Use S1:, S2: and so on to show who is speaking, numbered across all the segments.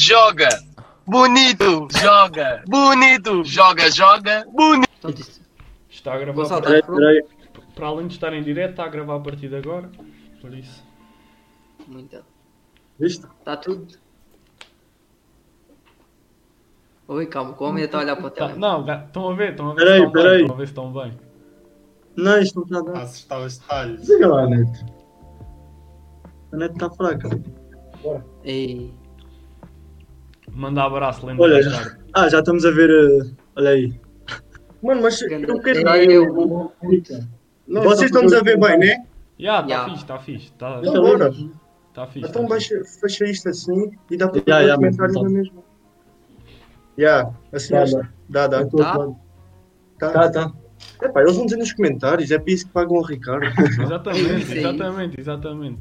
S1: joga, bonito, joga, bonito, joga, joga, bonito.
S2: Portanto, isto-
S3: Está a gravar.
S2: Gonçalo,
S3: Para,
S2: estás pronto?
S3: para além de estar em direto, está a gravar a partir de agora. Por isso.
S2: Muito.
S4: Viste?
S2: Está tudo? Oi, calma, que o homem está a olhar para o
S3: Tá-
S2: telemóvel.
S3: não, dá- estão a ver, estão a ver
S4: Peraí,
S3: se estão bem.
S4: peraí.
S3: Estão a ver se estão bem.
S4: Não, isto não está a dar.
S5: Assustar os detalhes.
S4: Desliga lá, Neto. A Neto está fraca.
S2: Ei,
S3: Manda abraço, lembra
S4: Olha, já-
S3: Ricardo.
S4: ah, já estamos a ver. eh, olha aí. Mano, mas eu quero
S2: Olha
S4: ver.
S2: eu.
S4: Vocês estão-nos a ver bem, né?
S3: Já, está
S2: Já.
S3: tá fixe, está fixe. Está
S4: Então bora.
S3: tá fixe.
S6: Então
S3: tá fixe.
S6: baixa, fecha isto assim e dá para
S4: Já, já, mas
S6: comentários
S4: tá.
S6: na mesma. Já, assim
S4: Dá,
S6: acho- dá, dá. Tá.
S4: então, Tá, tá.
S6: Epá, eles vão dizer nos comentários, é para isso que pagam o Ricardo.
S2: Eu
S3: Exatamente,
S2: sei.
S3: exatamente, exatamente.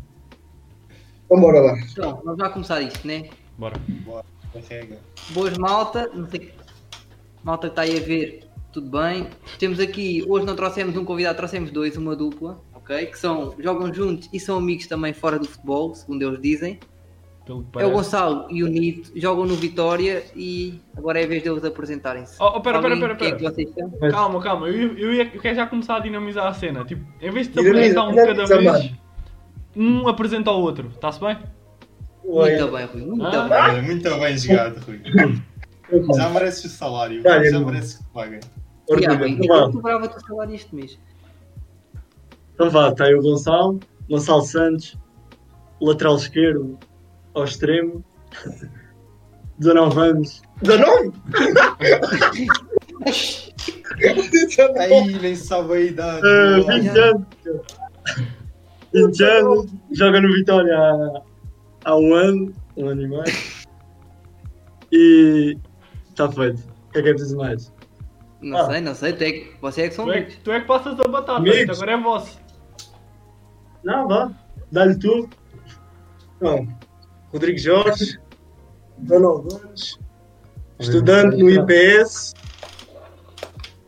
S6: Então bora lá.
S2: Então, vamos lá começar isto, né?
S3: Bora.
S5: Carrega.
S2: Boas malta, não sei que- malta que está aí a ver, tudo bem. Temos aqui, hoje não trouxemos um convidado, trouxemos dois, uma dupla, ok? Que são, jogam juntos e são amigos também fora do futebol, segundo eles dizem.
S3: Pelo que
S2: É o
S3: parece.
S2: Gonçalo e o Nito, jogam no Vitória e agora é a vez deles apresentarem-se.
S3: Oh, oh, pera, pera,
S2: Sabem
S3: pera,
S2: quem é que
S3: pera.
S2: vocês são?
S3: Calma, calma. Eu, eu, ia- eu quero já começar a dinamizar a cena. Tipo, em vez de te
S6: Dinamiza,
S3: apresentar um de cada
S6: dinamiza,
S3: vez, um apresenta ao outro. Está-se bem? é
S2: Muito bem, Rui, muito
S3: Ah.
S2: bem.
S5: Olha, muito bem jogado, Rui. Já mereces o salário.
S4: Olha,
S5: Já
S4: irmão.
S5: mereces que te paguem.
S2: Yeah, bem,
S4: Orgulho.
S2: eu
S4: Então, Então vá.
S2: cobrava o teu salário este mês.
S4: Então vá, está aí o Gonçalo. Gonçalo Santos. Lateral esquerdo. Ao extremo. 19 anos.
S6: 19?
S5: Tá Aí, nem sabe a idade.
S6: É,
S4: Eh,
S5: boa.
S4: 20 anos. 20 anos. Joga no Vitória há, há um ano. Um ano e meio. E. Está feito. O que é que é preciso mais?
S2: Não
S4: Ah.
S2: sei, não sei, tu é que, você é que são
S3: Tu é,
S2: amigos.
S3: que- tu é que passas a batata.
S4: Amigos.
S3: isto Agora é vosso.
S4: Não, vá. Dá-lhe tudo.
S6: Então, Rodrigo Jorge, 19 anos, estudante no IPS,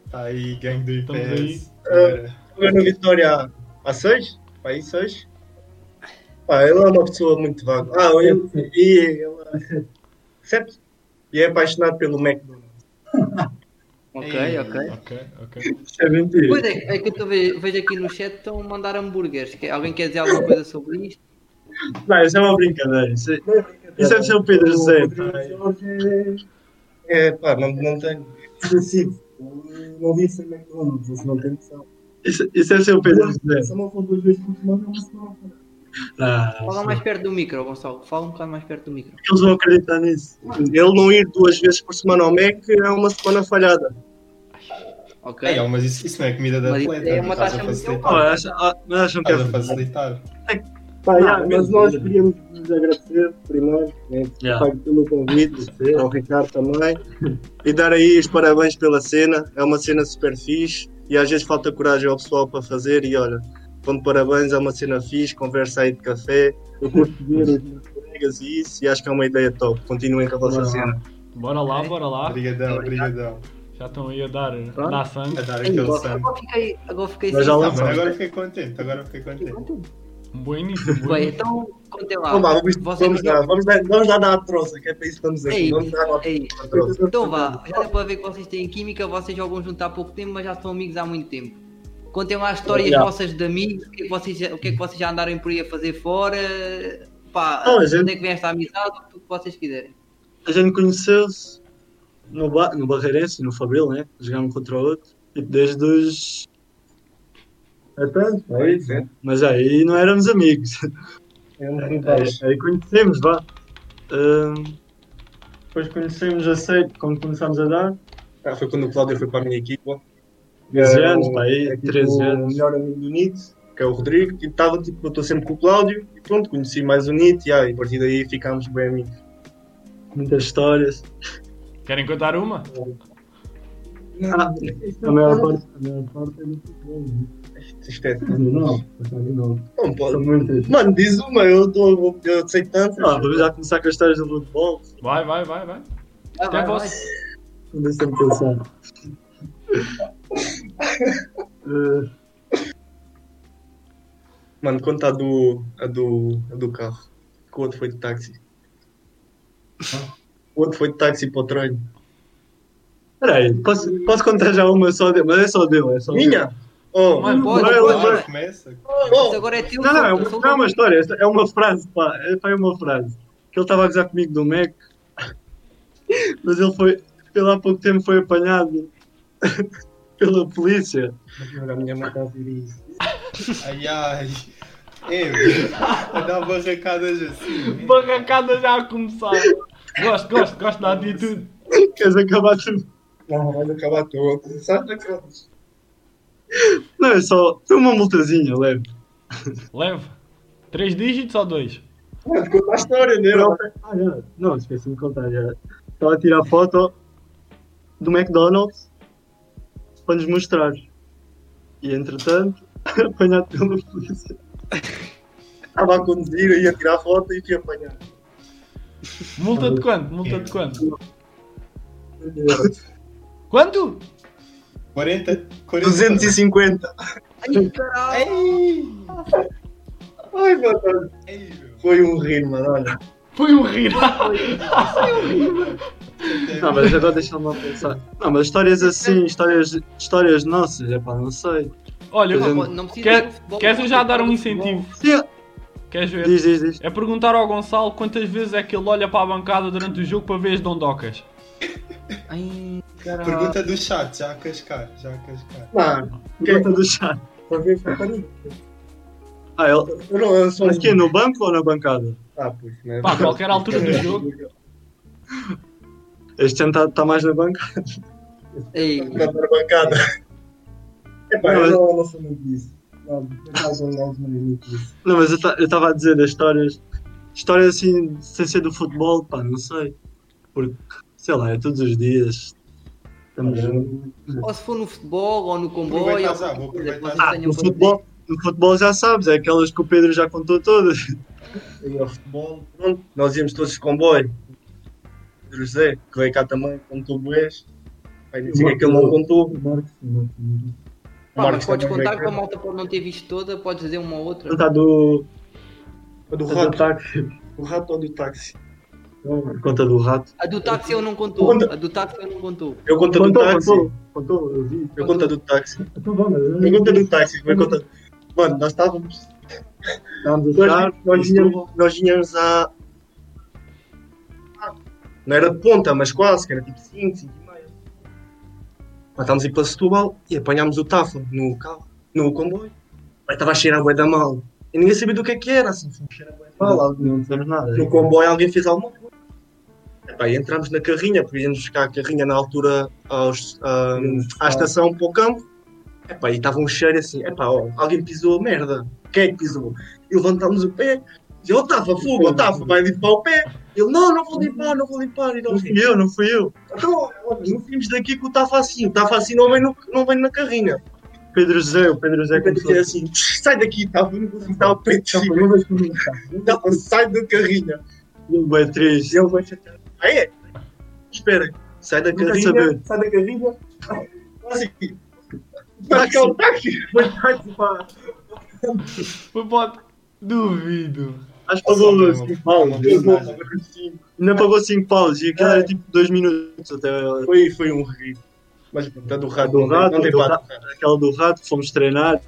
S5: Tá aí, gangue do
S3: Estamos
S5: IPS.
S6: joga no Vitória há 6, para aí 6. Pá, ele é uma pessoa muito vaga. Ah, ele, e ele é 7. E é apaixonado pelo McDonald's.
S2: Ok, ok.
S3: Ok, ok.
S4: Isto é mentira.
S2: Pois é, é que eu tô ve- vejo aqui no chat estão a mandar hambúrgueres. Que- Alguém quer dizer alguma coisa sobre isto?
S4: Não, isso é uma brincadeira. Isso é, isso é São Pedro José. pá.
S6: É, pá, não, não tenho.
S7: específico. Não vi sem McDonald's, você não tem noção.
S4: Isso, isso é São Pedro José.
S7: Só não for duas vezes por semana, não se não.
S4: Ah,
S2: Fala mais perto do micro, Gonçalo. Fala um bocado mais perto do micro.
S4: eles vão acreditar nisso.
S6: Ele não ir duas vezes por semana ao Mac é uma semana falhada.
S2: Ok?
S5: Ei, ó, mas isso, isso não é comida de
S2: Mas isso
S5: atleta.
S2: é uma
S5: estás a
S2: taxa muito
S4: Ah,
S5: facilitar.
S2: alta.
S4: acham, ah, mas acham que é
S5: Estás a
S4: verdade.
S5: facilitar.
S7: Pá,
S4: já,
S7: mas nós queríamos vos agradecer, primeiro, né,
S4: Já.
S7: pago pelo convite, ao Ricardo também.
S6: E dar aí os parabéns pela cena. É uma cena super fixe e às vezes falta coragem ao pessoal para fazer. E olha, ponto parabéns, é uma cena fixe. Conversa aí de café,
S7: Eu curto ver os meus
S6: colegas e isso. E acho que é uma ideia top. Continuem com a vossa
S4: Não.
S6: cena.
S3: Bora lá, bora
S4: Ah,
S3: lá.
S5: Obrigadão, obrigadão.
S3: Já estão aí a dar,
S2: Pronto.
S3: a dar sangue.
S5: A dar
S2: Ei,
S5: aquele
S2: Gonçalo,
S5: sangue.
S2: agora fiquei, agora fiquei
S4: Mas
S2: sem
S4: já
S2: sal.
S5: Não, mas
S4: Gonçalo.
S5: agora fiquei contente, agora fiquei contente.
S3: Um bom início, um bom
S2: Bem,
S3: início.
S2: então, contem lá.
S6: Então vá, vamos,
S2: Vocês
S6: vamos, lá, vamos, lá, vamos lá dar a troça, que é para isso que estamos
S2: É
S6: aqui.
S2: isso,
S6: Vamos dar
S2: é isso.
S6: a troça.
S2: Então vá, já dá para ver que vocês têm química, vocês jogam junto há pouco tempo, mas já são amigos há muito tempo. Contem lá histórias
S4: Já.
S2: vossas de amigos, o que, é que vocês, já- o que é que vocês já andaram por aí a fazer fora, pá,
S4: Não, a
S2: onde
S4: gente-
S2: é que vem esta amizade, o que vocês quiserem.
S4: A gente conheceu-se no, ba no Barreirense, no Fabril, né? Jogámos contra o outro. Tipo, desde os. É tanto, é isso, né? Mas aí não éramos amigos.
S6: É um bocado.
S4: Aí, aí conhecemos, vá. Ahm, depois conhecemos a Seito quando começámos a dar.
S6: Ah, Foi quando o Cláudio foi para a minha equipa.
S4: 13
S6: É,
S4: anos,
S6: o-
S4: pá, aí,
S6: é tipo
S4: 13
S6: O
S4: anos.
S6: melhor amigo do Nito, que é o Rodrigo, e estava tipo, eu estou sempre com o Cláudio, e pronto, conheci mais o Nito, e, ah, e a partir daí ficámos bem amigos.
S4: Muitas histórias.
S3: Querem contar uma?
S4: Ah, a maior parte, a maior parte é muito bom. Tá
S6: Isto é
S4: Não, não.
S6: Não
S4: São
S6: pode.
S4: muitas.
S6: Mano, diz uma, eu, tô, eu sei tanto.
S4: Ah, vamos já começar com as histórias do futebol.
S3: Vai, vai, vai, vai.
S2: Ah,
S3: Até
S2: vai, vai.
S3: você.
S4: Não deixa-me pensar. Eh,
S6: Mano, conta a do, a do, a do carro, que o outro foi de táxi. O outro foi de táxi para o treino.
S4: Peraí, posso, posso contar já uma só dele? Mas é só dele, é só dele.
S6: Minha? Oh,
S2: Mano, pode,
S4: vai,
S2: pode,
S4: vai.
S2: vai.
S5: Começa.
S2: Isso agora é teu.
S4: Não, não, é
S2: solta,
S4: uma,
S2: solta
S4: não é uma
S2: o-
S4: história, é uma frase, pá, é pá, é uma frase. Que ele estava a gozar comigo do Mac, mas ele foi, pelo há pouco tempo foi apanhado pela polícia.
S6: A minha mãe está a ouvir isso.
S5: Ai, ai. Ei, meu. Vai dar um barracadas assim.
S3: Barracada já a começar. Gosto, gosto, gosto da atitude.
S4: Queres acabar tudo?
S6: Não, vais acabar tu. Sabe daquelas?
S4: Não, é só, foi uma multazinha, leve.
S3: Leve. Três dígitos ou dois?
S6: Mano, conta a história, né?
S4: Não, ah, já. não esqueci de contar já. Estava a tirar foto do McDonald's para nos mostrar. E entretanto, apanhado pela polícia.
S6: Estava a conduzir, eu ia tirar foto e ia apanhar.
S3: Multa de quanto? Multa de quanto? Quanto?
S5: 40. 40.
S6: 250.
S2: Ai, caralho.
S6: Ai, meu Deus.
S5: Ei, meu.
S6: Foi um rir, mano, olha.
S3: Foi um rir.
S4: Não, mas agora deixa-me lá pensar. Não, mas histórias assim, histórias, histórias nossas, é pá, não sei.
S3: Olha,
S2: Não, pô, não precisa
S3: quer-
S2: do futebol.
S3: queres eu já dar um incentivo?
S4: Sim,
S3: Queres ver?
S4: diz, diz, diz.
S3: É perguntar ao Gonçalo quantas vezes é que ele olha para a bancada durante o jogo para ver as dondocas.
S2: Ai, caralho.
S5: É, Pergunta do chat, já a cascar, já a cascar.
S6: Mano,
S4: Pergunta é tá do chat.
S6: para Tá. ver companhia.
S4: Ah, ele.
S6: Eu um- não lanço
S4: Mas que no banco ou na bancada?
S6: Ah, pois, né?
S3: Pá, a qualquer altura do jogo.
S4: Este ano está mais na bancada.
S2: Ei,
S6: Tá Na bancada. É pá,
S4: Não,
S6: eu não, não sou muito disso. Não, por acaso eu não sou muito disso.
S4: Não, mas eu ta- eu estava a dizer das histórias. Histórias assim, sem ser do futebol, pá, não sei. Porque, sei lá, é todos os dias. Estamos juntos.
S2: ou se for no futebol ou no comboio.
S5: Aproveitar
S2: ou
S5: já,
S2: qualquer
S5: vou
S2: coisa que
S5: aproveitar
S2: vocês
S4: Ah,
S2: tenham
S6: um
S4: no
S2: para
S4: futebol, no futebol já sabes, é aquelas que o Pedro já contou todas.
S6: E ao futebol, pronto, nós íamos todos de comboio. Pedro José, que veio cá também, um contou boés. Aí disse
S4: é
S6: que ele não contou.
S2: dizer. Pá, mas
S6: Marcos
S2: podes
S6: também
S2: contar
S6: vai
S2: que a
S6: ver.
S2: malta pode não ter visto toda, podes dizer uma ou outra.
S4: Contar do,
S6: Do
S4: do
S6: rato,
S4: táxi.
S6: do rato ou do táxi?
S4: Conta do rato.
S2: A do táxi eu não contou.
S6: Conta.
S2: A do táxi eu não contou.
S6: Eu conto do táxi.
S4: contou, eu vi.
S6: Eu conto do táxi.
S4: Então vamos,
S6: Eu conto do táxi. Eu conto... Mano, nós estávamos.
S4: estamos a
S6: Nós,
S4: estar,
S6: nós, vinhamos, nós vinhamos a. Não era de ponta, mas quase, que era tipo 5, 5 e meia. Mas estávamos a ir para Setúbal e apanhámos o Tafa no carro, no comboio. Mas estava a cheirar a bué da mal. E ninguém sabia do que é que era, assim, cheira a bué da mal.
S4: não, não dizemos nada. é.
S6: No comboio alguém fez alguma coisa. Epá, e entramos na carrinha, porque íamos buscar a carrinha na altura aos, ah, à estação para o campo. Epá, e estava um cheiro assim, epá, ó, alguém pisou a merda. Quem é que pisou? E levantámos o pé, e ele estava fogo, estava, vai limpar o pé. Ele, não, não vou limpar, não vou limpar. E
S4: Não
S6: nós,
S4: fui eu, não fui eu.
S6: então, olha, não vimos daqui que o Tafa assim, o Tafa assim não vem, no- não vem na carrinha.
S4: Pedro José, o Pedro José
S6: Eu
S4: começou.
S6: dizia assim, sai daqui, Tafa, não vou limpar o pé de cima. Tafa, sai da carrinha.
S4: Ele vai triste.
S6: E ele vai chatear. Aí é. Espera. Sai da
S4: Nunca
S6: carrinha.
S4: saber.
S6: Sai da carrinha. Táxi. Táxi. o táxi. Foi táxi, pá.
S3: Foi pode. Duvido.
S4: Acho
S6: Tá
S4: que pagou 5 paus.
S5: Não diz nada.
S4: Ainda pagou 5 paus e aquilo era tipo 2 minutos até
S6: É. Foi, foi um rir. Mas pronto, é do rato.
S4: Do rato,
S6: não tem né?
S4: do
S6: pato.
S4: aquela do rato, fomos treinar.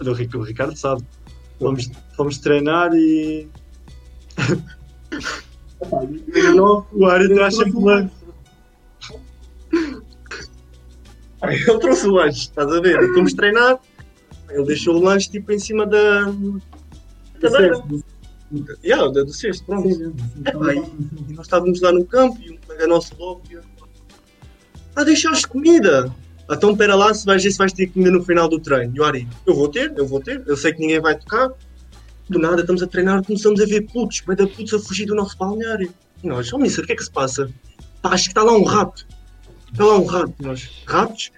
S4: A Do Rico, o Ricardo sabe. Fomos, fomos treinar e. o Ari tá
S6: um
S4: traz sempre lá.
S6: Ele trouxe o lanche, estás a ver? E Fomos treinar. Ele deixou o lanche tipo em cima da. da cadeira. Yeah, da- do cesto, pronto. Epá, e, e nós estávamos lá no campo e um colega nosso logo. e eu, Ah, deixaste comida! Então pera lá se vais ver se vais ter comida no final do treino. E o Ari, eu vou ter, eu vou ter, eu sei que ninguém vai tocar. Do nada estamos a treinar, começamos a ver putos, mas da putos a fugir do nosso balneário. E nós, oh ministro, o que é que se passa? Pá, acho que está lá um rato. Está lá um rato, E nós. Ratos?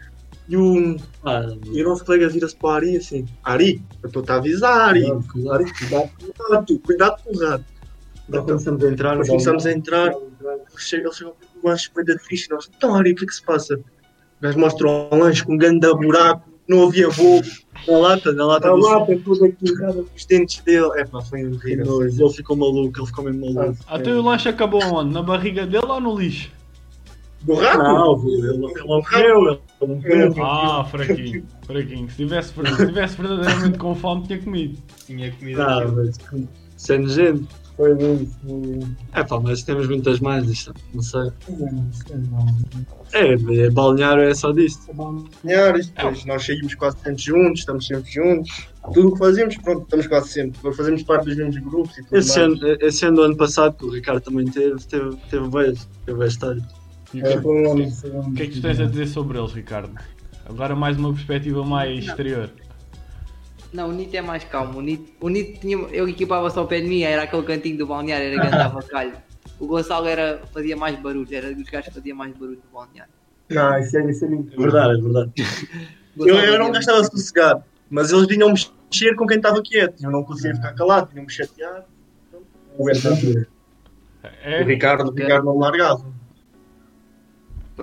S6: E o,
S4: Ah,
S6: e o nosso colega vira-se para o Ari assim, Ari, eu estou-te a avisar, Ari,
S4: claro.
S6: cuidado com o rato, cuidado com o rato.
S4: Nós começamos a entrar.
S6: Nós começamos a entrar, chega- ele chegou com um lanche bem da triste, nós, então Ari, o que é que se passa? O gajo mostra um lanche com um grande buraco, não havia voo.
S4: Na lata, na lata
S6: A
S4: do
S6: lata toda quebrada com os dentes dele. É pá, foi assim.
S4: Que
S6: horrível.
S4: nojo, Ele ficou maluco, ele ficou mesmo maluco.
S3: Até ah, o lanche acabou onde? Na barriga dele ou no lixo?
S6: Do É, rato?
S4: Não, ele ele morreu, ele morreu.
S3: Ah, fraquinho, fraquinho. Se tivesse, se tivesse verdadeiramente com fome, tinha comido.
S5: Tinha comida.
S4: Ah,
S5: aqui.
S4: mas isso é nojento.
S7: Foi isso.
S4: É pá, mas temos muitas mais disto, não sei.
S7: Não sei, não.
S4: É, é balneário é só disto.
S6: Senhores, depois nós saímos quase sempre juntos, estamos sempre juntos. Tudo o que fazemos, pronto, estamos quase sempre. Fazemos parte dos mesmos grupos e tudo mais.
S4: Esse ano, eh, esse ano do ano passado, que o Ricardo também teve, teve, teve beijo, teve bastante.
S7: É, foi um ano, foi um ano.
S3: O que é que tu tens a dizer sobre eles, Ricardo? Agora mais uma perspectiva mais exterior.
S2: Não, o Nito é mais calmo. O Nito, o Nito tinha, eu equipava-se ao pé de mim, era aquele cantinho do balneário, era grande dava calho. O Gonçalo era, fazia mais barulho, era dos gajos que fazia mais barulho no balneário.
S7: Não, isso é, isso é mentira.
S4: É verdade, é verdade.
S2: O
S6: Eu,
S2: Gonçalo
S6: eu não
S2: fazia-
S6: gastava sossegado, mas eles vinham mexer com quem estava quieto. Eu não conseguia ficar calado, vinham me chatear.
S7: O verdadeiro.
S6: O
S3: É?
S6: Ricardo, o Ricardo não largava.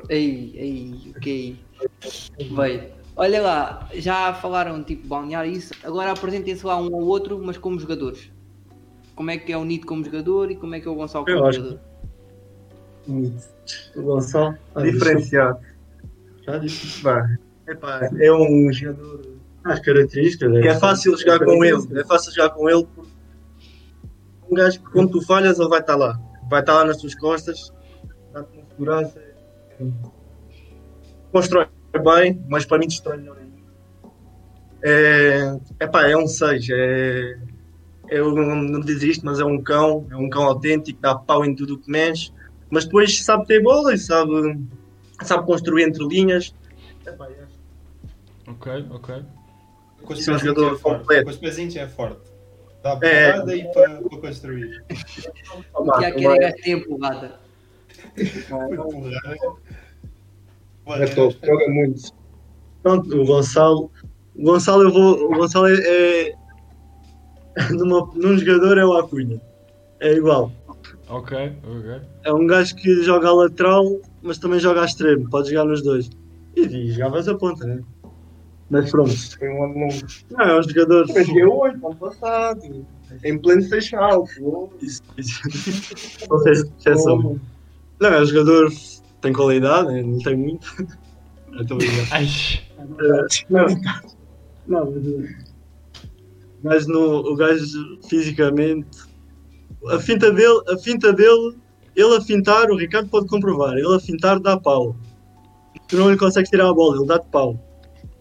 S2: Ei, ei, ok. Bem, olha lá, já falaram tipo balnear isso, agora apresentem-se lá um ao outro, mas como jogadores. Como é que é o Nito como jogador e como é que é o Gonçalo como
S4: Eu acho
S2: jogador?
S7: Bonito.
S6: O Gonçalo,
S4: Ah,
S6: diferenciado.
S4: Já disse.
S6: Vá. Epá, é um jogador
S4: Ah, As características.
S6: que é fácil jogar com ele. É fácil jogar com ele porque é um gajo que quando tu falhas ele vai estar lá. Vai estar lá nas tuas costas, dá-te uma segurança. Constrói bem, mas para mim destrói melhor ainda. É, epá, é um 6. É, eu não dizer isto, mas é um cão, é um cão autêntico, dá pau em tudo o que mexe, mas depois sabe ter bola e sabe, sabe construir entre linhas. Epá, é
S3: Ok, ok.
S5: Com os
S6: Esse é um
S5: pezinhos
S6: jogador
S5: é forte.
S6: completo.
S5: Com os pezinhos é forte. Dá
S6: É.
S5: porrada e para para construir.
S2: Que é aquele gajo que tem a porrada.
S6: É top, joga muito. Pronto, o Gonçalo. O Gonçalo, eu vou, o Gonçalo é. é- numa-
S4: um
S6: num jogador é o Acunha. É igual.
S3: Ok, ok.
S4: É um gajo que joga a lateral, mas também joga a extremo. Pode jogar nos dois. E, e jogavas a ponta, né? Mas pronto.
S6: Foi um ano longo.
S4: Não, é um jogador.
S6: Peguei oito ano passado. Em pleno Seixal. pô.
S4: Isso, isso. Não sei se é só- Não, é um jogador. Tem qualidade, né? não tem muito. Eu tô brincando.
S3: Ai,
S4: Não, não, mas- mas no, o gajo fisicamente. A finta dele, a finta dele, ele a fintar, o Ricardo pode comprovar, ele a fintar dá pau. Tu não lhe consegues tirar a bola, ele dá-te pau.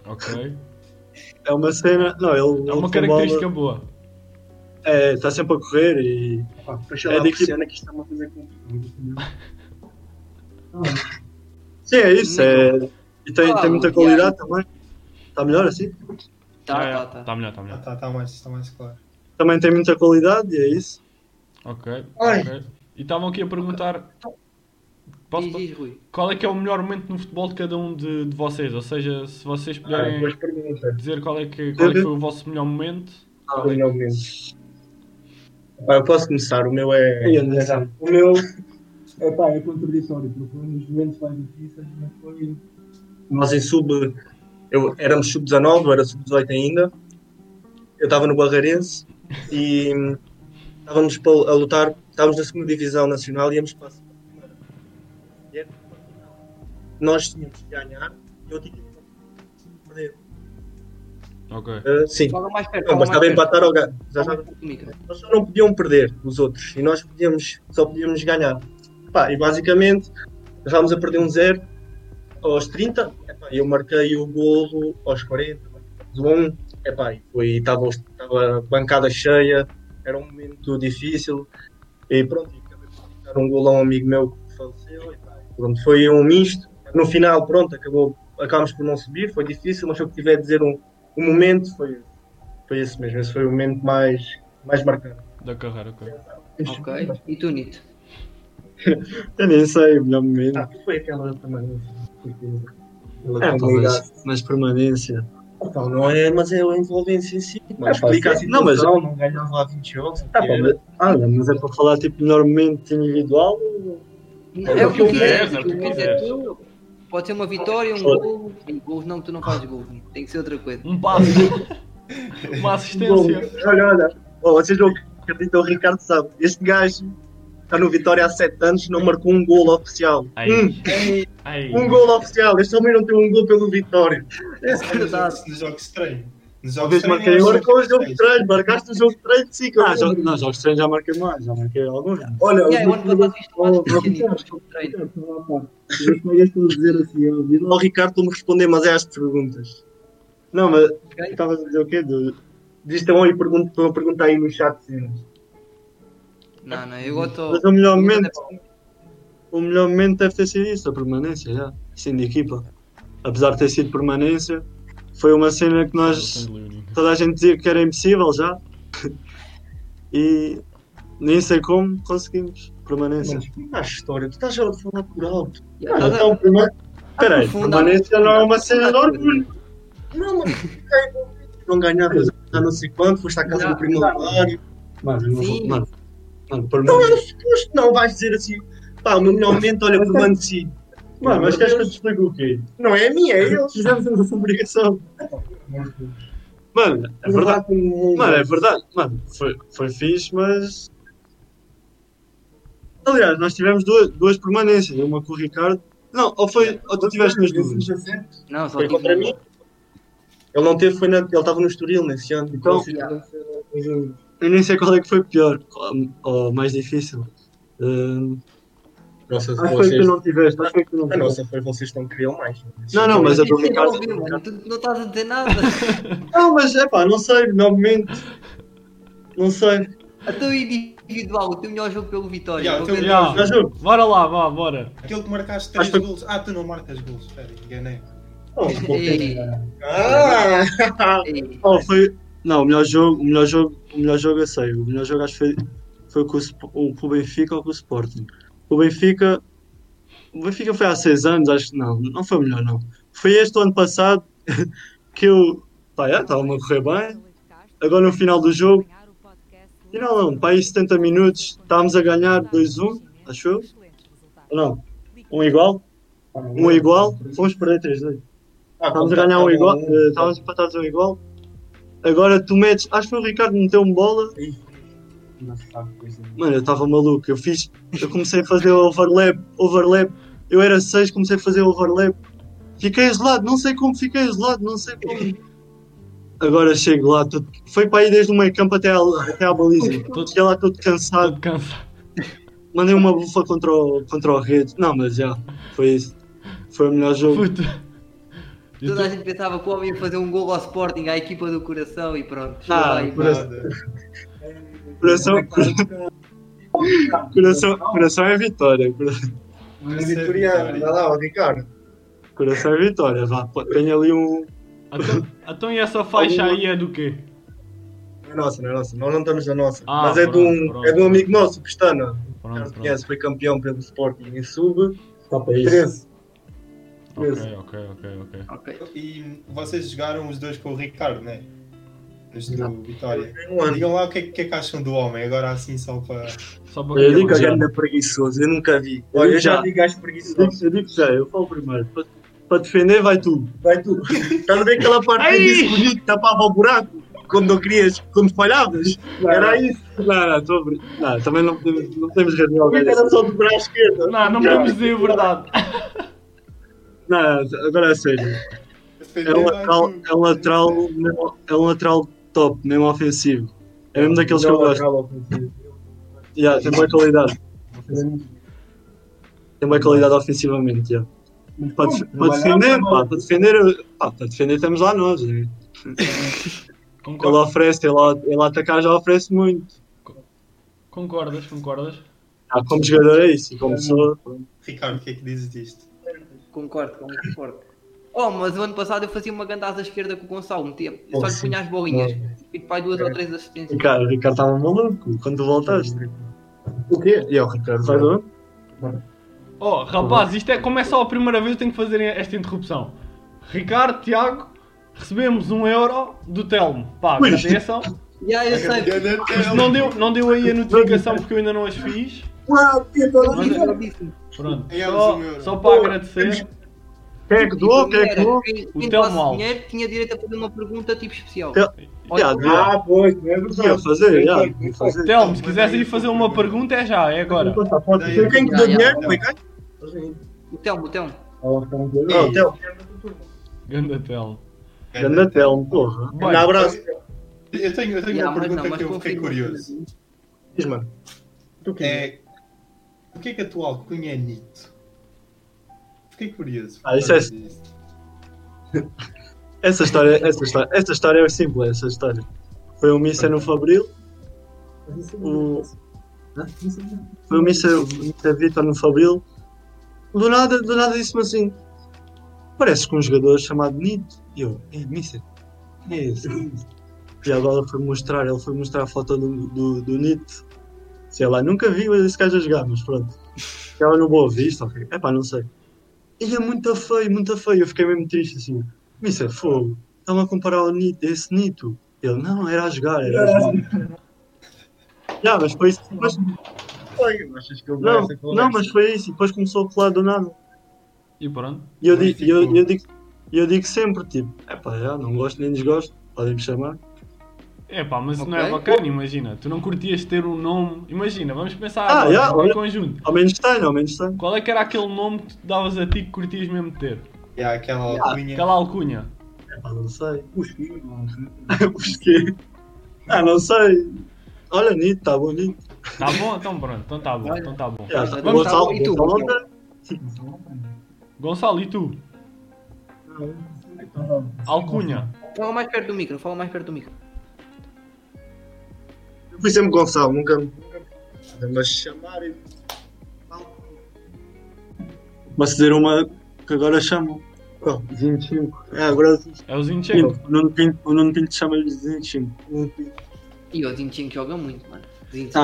S3: ok.
S4: É uma cena. Não, ele.
S3: É
S4: ele
S3: uma
S4: com
S3: característica
S4: bola-
S3: boa.
S4: É, está sempre a correr e.
S6: Pá, Deixa lá
S4: É
S6: é
S4: daqui-
S6: daqui... que isto é uma coisa complicada.
S4: Sim, é isso. É, e tem,
S2: Ah,
S4: tem muita
S2: o
S4: qualidade também. Está melhor assim?
S2: Tá,
S3: É,
S2: tá, tá.
S3: Tá melhor, tá melhor.
S5: Está tá mais, tá mais claro.
S4: Também tem muita qualidade e é isso.
S3: Ok,
S6: Ai.
S3: ok. E estavam aqui a perguntar. Posso-
S2: Diz, diz, Rui.
S3: qual é que é o melhor momento no futebol de cada um de, de vocês? Ou seja, se vocês puderem
S6: Depois pergunta.
S3: dizer qual é, que, qual é que foi o vosso melhor momento. Qual é que-
S6: Ah, Finalmente. Pá, eu posso começar, o meu é.
S4: E André, sabe?
S7: O meu é, pá, é contraditório, porque foi um dos momentos mais difíceis, mas foi.
S6: nós em sub. Eu, éramos sub-19, eu era sub-18 ainda. Eu estava no Barreirense e hum, estávamos pa- a lutar. Estávamos na segunda divisão nacional e íamos para a segunda. E era uma final. Nós tínhamos que ganhar e eu tinha que perder.
S3: Ok,
S6: Ah, sim,
S2: Joga mais perto.
S6: não,
S2: joga mais
S6: mas estava a
S2: perto. um
S6: empatar ao gajo. Já
S2: Joga
S6: estava
S2: mais perto do micro.
S6: eles só não podiam perder os outros e nós podíamos, só podíamos ganhar. Pá, e basicamente estávamos a perder um zero aos 30, epá, eu marquei o golo aos 40, do 1, epá, e foi, estava, estava a bancada cheia, era um momento difícil e pronto, e acabei por dar um golo a um amigo meu que faleceu e pá, e pronto, foi um misto. No final, pronto, acabou, acabámos por não subir, foi difícil, mas se eu tiver a dizer um, um momento, foi, foi esse mesmo, esse foi o momento mais mais marcante.
S3: da carreira, ok.
S2: Ok. E tu, Nito?
S4: Eu nem sei, o melhor momento.
S6: Ah, foi aquela também. porque
S4: É,
S6: Ela
S4: pá,
S6: comunidade.
S4: mas, mas permanência.
S8: Então,
S6: Pá, não é, mas é a envolvência em si.
S5: É
S6: Mas
S4: pá,
S6: explica
S4: sim.
S8: é
S6: assim,
S4: Não, mas-
S6: não ganhava lá 20 jogos.
S8: Tá
S4: Ah, pá, mas, ah, não, mas é para falar tipo melhor momento individual? ou-
S2: É o que
S3: eu
S2: eu quiser,
S3: quiser,
S2: o que eu
S3: eu
S2: quiser.
S3: quiser.
S2: Tu- Pode ser uma vitória, um gol. E gols não, tu não fazes gols. Nito. Tem que ser outra coisa.
S3: Um passo. Uma
S6: Um
S3: assistência.
S8: Bom, olha, olha. Bom, vocês não acreditam, o Ricardo sabe. Este gajo está no Vitória há 7 anos não marcou um gol oficial.
S3: Ai.
S6: Hum.
S8: Um,
S3: Ai.
S8: um gol oficial. Este homem não tem um gol pelo Vitória.
S5: é Nos jogos estranhos. Nos jogos
S8: tá Talvez marquei.
S5: estranhos. é
S8: Marcou o jogo de treino, marcaste o jogo de treino, sim.
S6: Ah,
S8: Ah,
S6: jo não, jogos estranhos já marquei mais, já marquei alguns.
S9: Olha,
S2: E aí, o ano passado isto não
S9: Oh,
S6: um
S2: acho que tinha
S9: Ricardo,
S2: Nito, jogo de treino.
S9: Ricardo, vá lá, pá. Eu só ia estou a dizer assim, eu ouvi
S8: Ao Ricardo, tu me responder, mas é às perguntas.
S6: Não, mas
S2: Ok?
S6: estavas a dizer o quê? Do-
S8: Diz estão aí, pergunto- estão a perguntar aí no chat. sim.
S2: Não, não, eu gosto.
S6: é. Mas o melhor momento,
S2: é
S6: o melhor momento deve ter sido isso, a permanência, já. Sendo equipa. Apesar de ter sido permanência, foi uma cena que nós. Toda a gente dizia que era impossível já. e nem sei como conseguimos permanência.
S8: Mas explica a história, tu estás a falar por alto.
S2: Já, estás a-
S8: Então, primeiro,
S6: Espera aí,
S2: Aprofunda.
S6: permanência não é uma cena de orgulho.
S8: não, mas fica aí envolvido. não ganhavas há não sei quanto, foste à casa
S2: Não,
S8: do primeiro lugar.
S6: Mano, eu não
S2: Sim.
S6: vou. Mano, mano,
S8: Não era
S6: permanência.
S8: suposto, não vais dizer assim, pá, o meu melhor momento, olha, permaneci.
S6: é- Mano, mas queres que eu te explique o quê?
S8: Não é a minha, é eles.
S6: Fizemos a nossa obrigação. Mano, é verdade. Mano, é verdade. Mano, foi, foi fixe, mas. Aliás, nós tivemos duas, duas permanências. Uma com o Ricardo. Não, ou foi. Ou tu tiveste nas duas.
S2: Não, só
S8: Foi
S2: tive
S8: contra
S2: um
S8: mim. Ele não teve, foi na, ele estava no Estoril nesse ano.
S6: Então- Eu nem sei qual é que foi pior. Ou, ou mais difícil. Ahn,
S8: Nossa,
S6: acho que foi que
S8: vocês,
S6: tu não tiveste. Acho que foi que tu não
S8: a
S6: tiveste.
S8: nossa foi vocês não queriam mais. né?
S6: Não, não, mas é a do
S2: Sim, eu ouvi,
S6: Ricardo.
S2: mano, Tu não estás a dizer nada.
S6: Não, mas é pá, não sei, novamente. Não sei.
S2: Até o Então, individual, o teu melhor jogo pelo Vitória.
S5: Já, o
S2: Vou
S5: teu
S2: ver-
S5: melhor
S6: Já juro.
S3: Bora lá, vá, bora.
S5: Aquele que marcaste 3
S6: Acho que-
S5: gols. Ah, tu não marcas gols. Espera, enganei.
S2: Ei,
S8: Ah!
S2: ei,
S6: Oh, foi. Não, o melhor jogo, o melhor jogo, o melhor jogo eu sei. O melhor jogo acho que foi, foi com, o, Sp- ou com o Benfica ou com o Sporting. O Benfica. O Benfica foi há seis anos, acho que não. Não foi o melhor, não. Foi este ano passado que eu. Pá, é, estava-me a correr bem. Agora no final do jogo. Final não, pá, aí 70 minutos. Estávamos a ganhar 2-1, acho eu. Ou Não, um igual. Um igual. Fomos perder 3-2.
S8: Ah,
S6: Estávamos a
S5: tá
S6: ganhar um igual, eh, estávamos empatados um igual. Agora tu metes, acho que foi o Ricardo que meteu uma bola. Mano, eu estava maluco, eu fiz, eu comecei a fazer overlap, overlap. Eu era 6, comecei a fazer overlap. Fiquei gelado, não sei como fiquei gelado, não sei como. Agora chego lá, todo- foi para aí desde o meio campo até à, até à baliza. Cheguei lá todo cansado,
S3: Estou cansado.
S6: mandei uma bufa contra o, contra o rede. Não, mas já, foi isso. Foi o melhor jogo.
S3: Puta. Eu
S2: Toda a
S3: tô-
S2: gente pensava que o homem ia fazer um gol ao Sporting, à equipa do coração e pronto. chegou
S6: Ah,
S2: lá e-
S6: por- Coração, coração, coração é vitória. cora- é
S8: é Vitoriano, vai lá, ó, Ricardo.
S6: Coração é vitória, vá. pô, Tem ali um.
S3: Então- Então e essa faixa aí é do quê?
S8: Não é nossa, não é nossa. Nós não estamos na nossa.
S3: Ah,
S8: mas é de,
S3: pronto,
S8: um,
S3: pronto. Ah,
S8: é de um amigo nosso, Pestana.
S3: Pronto, pronto.
S8: Conhece, foi campeão pelo Sporting em sub.
S6: Só para isso.
S8: 13.
S3: Ok, ok, ok, ok.
S2: Ok.
S5: E vocês jogaram os dois com o Ricardo, né? Os do Vitória.
S8: Tem um ano.
S5: Digam lá o que, é- o que é que acham do homem, agora assim só para.
S3: Só para
S6: Eu digo
S8: Nunca
S6: já.
S8: ganda preguiçoso, eu nunca vi. Olha, eu já vi gajo
S6: Eu
S8: preguiçoso.
S6: digo- eu digo já, eu falo primeiro. Para, para defender, vai tu.
S8: Vai tu. Estás a ver aquela parte que disse bonito, tapava o buraco quando não querias, quando falhavas? Era isso.
S6: Não, não, estou a brin- Não, também não podemos, não podemos reunir alguém
S8: Era
S6: desse.
S8: só dobrar à esquerda.
S3: Não, não podemos dizer a verdade.
S6: Não, agora é sério. É um lateral, é um lateral, mesmo- é um lateral top, mesmo ofensivo. É mesmo daqueles que eu gosto. Yeah, tem boa qualidade. Tem boa qualidade ofensivamente. Yeah. Para, def- para defender, pá, para defender, eu- pá, para defender estamos lá nós. Né? Ele
S3: Concordas?
S6: oferece, ele, ele atacar já oferece muito.
S3: Concordas, concordas?
S6: Ah, como jogador é isso, e como pessoa.
S5: Ricardo, o que é que dizes disto?
S2: Concordo, concordo. Oh, mas o ano passado eu fazia uma gandaça à esquerda com o Gonçalo, metia,
S8: Oh,
S2: só lhe
S8: sim.
S2: punha as bolinhas. E pai duas ou três assistências.
S6: Ricardo, o Ricardo estava maluco quando tu voltaste.
S8: O quê? E é o Ricardo.
S6: Vai do
S3: Oh, rapaz, isto é como é só a primeira vez que tenho que fazer esta interrupção. Ricardo, Tiago, recebemos um euro do Telmo. Pá,
S6: Ui.
S3: atenção.
S2: Já eu sei,
S3: Isto não deu, não deu aí a notificação porque eu ainda não as fiz.
S2: mas eu tipo, disse-me.
S3: Pronto,
S5: É,
S3: só,
S5: mas um euro.
S3: só para agradecer.
S6: Quem é que
S2: Tipo,
S6: doou? Quem é que doou?
S2: Quem,
S3: O
S2: quem
S3: Telmo
S2: doasse
S3: Alves.
S2: dinheiro tinha direito a fazer uma pergunta tipo especial.
S6: Tel-
S2: Olha,
S6: Já, doou.
S10: Ah, pois, não é verdade.
S6: Ia fazer, ia,
S10: Tem que-
S6: ia fazer.
S3: Telmo, se quiseres ir fazer uma pergunta, é já, é agora.
S10: Então
S11: Passa a foto.
S5: Daí-
S10: Foi tá, quem que deu
S2: Já, já.
S10: dinheiro? Foi quem?
S2: O Telmo, o Telmo.
S11: Ela
S6: um
S11: fica muito
S10: Não, Telmo.
S3: Ganda Telmo.
S6: Ganda Telmo, porra.
S3: Bem,
S10: Um abraço.
S5: Eu tenho, eu tenho
S2: Yeah,
S5: uma
S2: mas não,
S5: pergunta
S2: mas
S5: que eu fiquei
S2: confirma.
S5: curioso.
S10: Diz, mano. Tu que
S5: É, o que é que a tua alcunha é Nito? Fiquei curioso.
S6: Ah, isso é-
S5: Isso.
S6: Essa história, essa história, essa história é simples, essa história. Foi um missa no Fabril. O... Foi um missa, o missa Vitor no Fabril. Do nada, do nada disse-me assim. Pareces com um jogador chamado Nito. E eu, ei, missa, quem é esse? E agora foi mostrar, ele foi mostrar a foto do, do, do Nito. Sei lá, nunca vi esse gajo a jogar, mas pronto. Ficava no Boa Vista, ok. Epá, não sei. E é muito feio, muito feio. Eu fiquei mesmo triste assim. Isso é fogo. Estão a comparar o Nito, esse Nito. Ele, não, era a jogar, era a jogar. Já, mas foi isso. Mas,
S10: Foi, achas que eu vou
S6: não,
S10: essa conversa?
S6: não, mas foi isso. E depois começou a colar do nada.
S3: E pronto.
S6: E eu, digo, e eu, e eu, digo, e eu digo sempre, tipo, é pá, já, não gosto nem desgosto, podem-me chamar.
S3: É pá, mas não é
S2: Ok.
S3: bacana, imagina. Tu não curtias ter um nome. Imagina, vamos pensar
S6: Ah,
S3: agora,
S6: já,
S3: em
S6: olha.
S3: conjunto.
S6: Ao menos tenho, ao menos tenho.
S3: Qual é que era aquele nome que tu davas a ti que curtias mesmo ter?
S5: É aquela alcunha.
S3: Aquela alcunha.
S6: Epá, não sei.
S11: Pusquinho, mano.
S6: Porquê? Ah, não sei. Olha, Nito, está bonito.
S3: Tá bom? Então pronto, então tá bom, então tá bom.
S6: Já, tá
S2: Vamos
S6: Gonçalo,
S2: lá, e tu,
S6: Gonçalo
S2: Gonçalo?
S6: tem.
S3: Gonçalo, e tu? Alcunha.
S2: Fala mais perto do micro, fala mais perto do micro.
S10: Eu fui sempre Gonçalo, nunca me. Mas chamarem.
S6: Mas dizer uma que agora chamam. Qual? 25. É, agora
S3: É o Zinchenko.
S6: Pinto. O Nuno Pinto, o Nuno Pinto chama-lhe de 25.
S2: E o Zinchenko joga muito, mano. Zinchenko.
S6: Tá,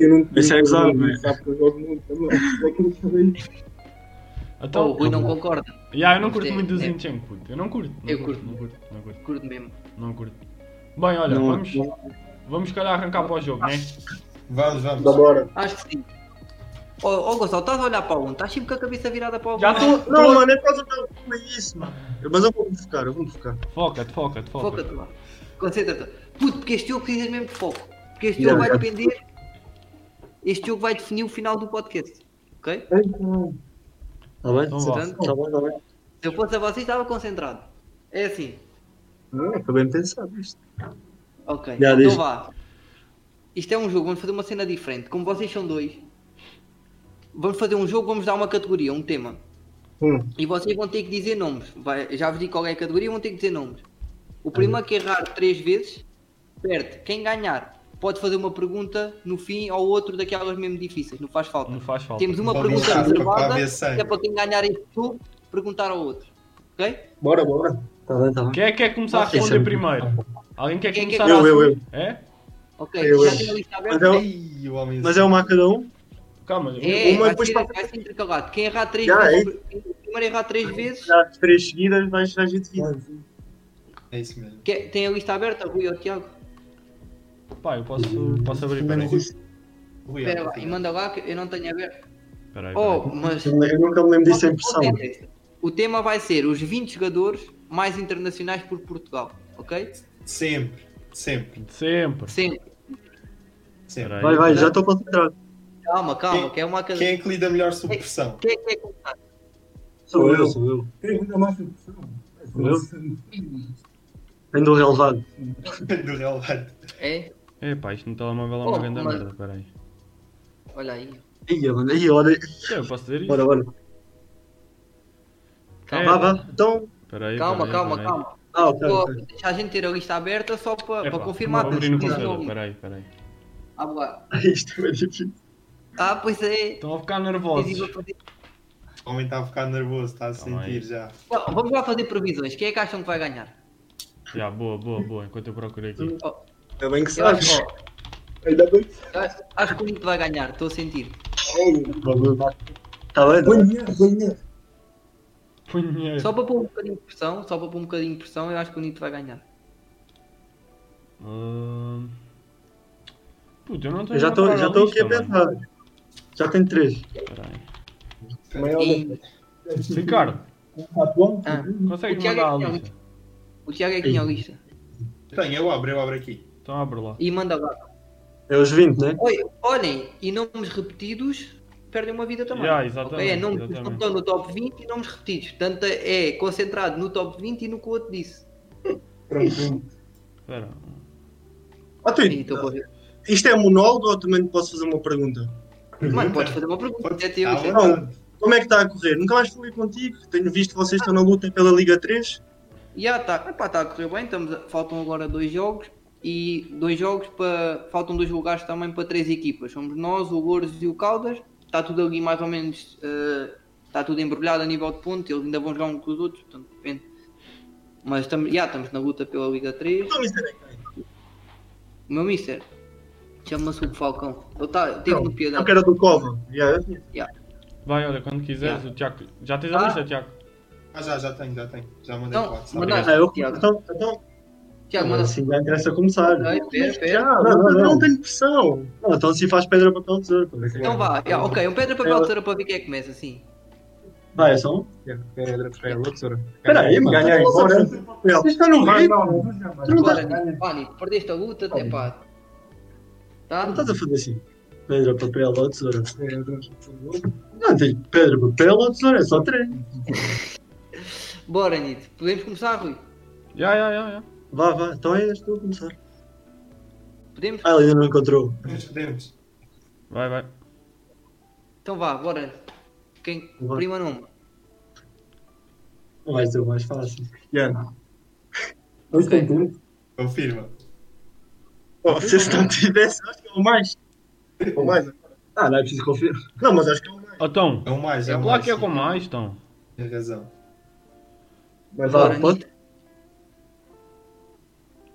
S10: Eu não-
S6: Isso é exato, né?
S10: Sabe que eu jogo muito, tá bom.
S6: é
S2: Oh,
S3: Então,
S2: o Rui não concorda,
S3: Ya, eu não curto
S2: É,
S3: muito do
S2: é.
S3: Zinchenko, puto. Eu não curto. Não
S2: Eu curto.
S3: Não curto, não curto,
S2: curto mesmo.
S3: não curto. Bem, olha,
S6: Não,
S3: vamos. Vamos, se calhar, arrancar para o jogo, né?
S5: Vamos, vamos.
S10: Tá bora.
S2: Acho que sim. Ó oh, Gonçalo, estás a olhar para onde? Estás sempre com a cabeça virada para o
S3: Já
S2: estou.
S3: estou.
S6: Não, mano, é por causa do é isso, mano. Mas eu vou me focar, eu vou me focar.
S3: Foca-te, foca-te, foca-te.
S2: Foca-te lá. Concentra-te. Puto, porque este jogo precisas mesmo de foco. Porque este
S6: Yeah,
S2: jogo vai
S6: já.
S2: depender. Este jogo vai definir o final do podcast. Ok?
S6: Tá bem?
S3: Então
S6: Sim,
S3: vá.
S6: Tá bem, tá bem.
S2: Se eu fosse a vocês, estava concentrado. É assim.
S6: Não, Foi bem pensado isto.
S2: Ok.
S6: Já
S2: então
S6: diz.
S2: vá. Isto é um jogo, vamos fazer uma cena diferente. Como vocês são dois, vamos fazer um jogo, vamos dar uma categoria, um tema.
S10: Hum.
S2: E vocês vão ter que dizer nomes. Vai- já vos digo qual é a categoria, vão ter que dizer nomes. O primeiro que errar três vezes, perde. Quem ganhar pode fazer uma pergunta no fim ao outro daquelas mesmo difíceis, não faz falta.
S3: Não faz falta.
S2: Temos uma
S5: Vamos
S2: pergunta
S5: lá,
S2: reservada,
S5: para ver se-
S2: que é para quem ganhar este jogo, perguntar ao outro. Ok?
S10: Bora, bora.
S6: Tá bem,
S2: um-
S6: tá bem.
S3: Quem é que quer começar a
S6: Vocês
S3: responder
S6: são-
S3: primeiro? Alguém quer
S2: Quem quer
S3: começar a
S6: Eu, eu, eu.
S3: É?
S2: Ok,
S6: Eu-
S2: já
S6: eu-
S2: tem a lista aberta.
S6: Mas é, o-
S5: Ei, o homem
S6: mas é uma a cada um?
S3: Calma, eu-
S2: É,
S6: Uma
S2: vai,
S6: depois
S2: ser,
S6: passa-
S2: vai ser intercalado. Quem errar três
S6: Já, é
S2: vezes, quem primeiro errar três vezes,
S6: Já as três seguidas vais vais de seguida. um-
S5: É isso mesmo.
S2: que- tem a lista aberta, Rui ou Tiago?
S3: pá, eu posso, posso abrir para aí.
S5: Rui,
S2: Espera lá, e
S5: olha,
S2: manda lá que eu não tenho aberto.
S3: Espera aí,
S2: Oh,
S3: espera aí.
S2: mas
S6: Eu nunca me lembro
S5: é
S6: disso
S2: é
S6: em pressão.
S2: o tema vai ser os 20 jogadores mais internacionais por Portugal, ok?
S5: Sempre, sempre,
S3: Sempre.
S2: Sempre.
S5: sempre.
S6: Vai, vai, já estou concentrado.
S2: Calma, calma,
S5: Quem-
S2: que é uma casa.
S5: Quem
S2: Quem
S5: é que lida melhor sob pressão?
S2: é que é começar?
S6: Sou eu, sou eu.
S11: Pergunta mais sobre isso.
S6: Ando relevado.
S5: Do relevante.
S2: É?
S3: É pá, isto no telemóvel é
S2: Oh,
S3: uma grande
S2: mas-
S3: merda, peraí.
S2: Olha aí.
S6: Ih, mano, aí, olha.
S3: Eu posso dizer isso?
S6: Bora, bora. Vá,
S2: Calma,
S6: vá. Então.
S3: Espera aí,
S2: calma,
S3: peraí,
S2: calma,
S3: peraí.
S2: calma.
S6: Ah,
S5: Tá,
S6: ok.
S2: Vou
S6: ok.
S2: deixar a gente ter a lista aberta só para,
S3: É pá,
S2: para confirmar.
S3: Vou abrir no
S2: porque senão-
S3: computador, peraí, peraí.
S2: Ah, boa.
S6: Isto é difícil.
S2: Ah, pois é.
S3: Estão a ficar
S2: Diz aí
S3: nervosos.
S2: para fazer-
S5: O homem está a ficar nervoso, está a
S3: Calma aí.
S5: sentir já.
S2: Bom, Vamos lá fazer previsões. Quem é que acham que vai ganhar?
S3: Já, boa, boa, boa, enquanto eu procuro aqui.
S10: Ainda bem que
S2: Eu
S6: Ah,
S2: acho,
S10: sabes.
S2: ó,
S10: Ainda bem que
S2: eu acho, acho que o Nito vai ganhar, estou a sentir.
S6: Tá bem, tá bem.
S11: Banheiro, banheiro.
S3: Punheiro.
S2: Só para pôr um bocadinho de pressão, só para pôr um bocadinho de pressão, eu acho que o Nito vai ganhar.
S3: Ahn. Puto, eu não estou
S6: Eu já estou já tô aqui a pensar. Já tenho três.
S3: Peraí.
S10: também é
S2: E
S3: Ricardo,
S7: Um tatuão?
S2: Ah. O
S3: Consegues
S2: Tiago
S3: mandar a
S2: é que
S3: lista?
S2: O Tiago é que tinha a lista.
S5: Tenho, eu abro, eu abro aqui.
S3: Então abre lá.
S2: E manda lá.
S4: É os 20, né?
S2: Oi, olhem, e nomes repetidos perdem uma vida também.
S3: Yeah, exatamente,
S2: ok? É nomes que
S3: exatamente.
S2: não estão no top 20 e nomes repetidos. Portanto, é concentrado no top 20 e no que o outro disse.
S7: Pronto.
S3: Espera.
S6: Ah, tu,
S2: Aí, estou a ouvir.
S6: isto é monólogo ou também posso fazer uma pergunta?
S2: Mano, podes fazer uma pergunta. É teu,
S5: Tá
S2: isso é
S5: bom.
S6: Não, como é que
S4: tá
S6: está a correr? Nunca mais falei contigo. Tenho visto que vocês estão na luta pela Liga 3.
S2: Já está. Epá, está a correr bem. Estamos a- Faltam agora dois jogos. E dois jogos para. Faltam dois lugares também para três equipas. Somos nós, o Louros e o Caldas. Está tudo ali mais ou menos. eh, Está tudo embrulhado a nível de ponto. Eles ainda vão jogar um com os outros. Portanto, depende. Mas estamos, já estamos na luta pela Liga 3.
S6: Então, isso é
S2: O meu mister chama-se Hugo Falcão. Ele tá, teve
S6: Não,
S2: no
S6: Eu
S2: piedade.
S6: quero do Cova. Yeah.
S3: Vai, olha, quando quiseres, o Tiago. Já tens a
S2: Ah.
S3: lista, Tiago?
S5: Ah, já, já tenho, já tenho. Já mandei
S2: Não,
S5: para o WhatsApp.
S2: mandaste,
S6: Ah, eu,
S2: Tiago.
S6: então, então,
S2: Tiago, manda
S4: Assim já interessa começar.
S2: Ok, espera, espera.
S6: Ah,
S4: Ah,
S6: não, não,
S4: não.
S6: tenho pressão.
S4: Não, então se faz pedra, papel, tesoura. pô.
S2: Então vá, já, ok, um pedra, papel, tesoura para ver quem é que começa, assim.
S4: Vai, é só um.
S6: Espera aí, mano.
S4: Ganhei, bora.
S6: Isto
S4: tá
S6: está no
S7: Vai,
S6: ritmo.
S7: não,
S6: Tu não
S2: Bora,
S6: estás-
S2: Nico, vá, Nico, perdeste a luta, até pá. Tá?
S4: Não estás a fazer assim. Pedra, papel ou tesoura? Não, tens pedra, papel ou tesoura, é só três.
S2: Bora, Nito. Podemos começar, Rui?
S3: Já, já, já, já.
S4: Vá, vá, então é este que eu vou começar.
S2: Podemos?
S4: Ah, ele ainda não encontrou.
S5: Podemos, podemos.
S3: Vai, vai.
S2: Então vá, bora. Quem?
S4: Bora.
S2: Primeiro nome.
S4: Não vai ser o mais
S6: assim.
S4: fácil.
S6: Yeah.
S7: Dois tem tempo.
S5: Confirma.
S6: Oh, se esse não tivesse, eu acho que é o mais. É o mais.
S4: Ah, não é preciso confiar.
S6: Não, mas acho que é o mais.
S3: Então,
S5: É o mais, é
S3: é
S5: o
S3: claro
S5: mais.
S3: que é com mais, então.
S5: Tem razão.
S4: Mas
S2: Bora,
S6: é
S4: vá,
S2: Nito.
S4: pode?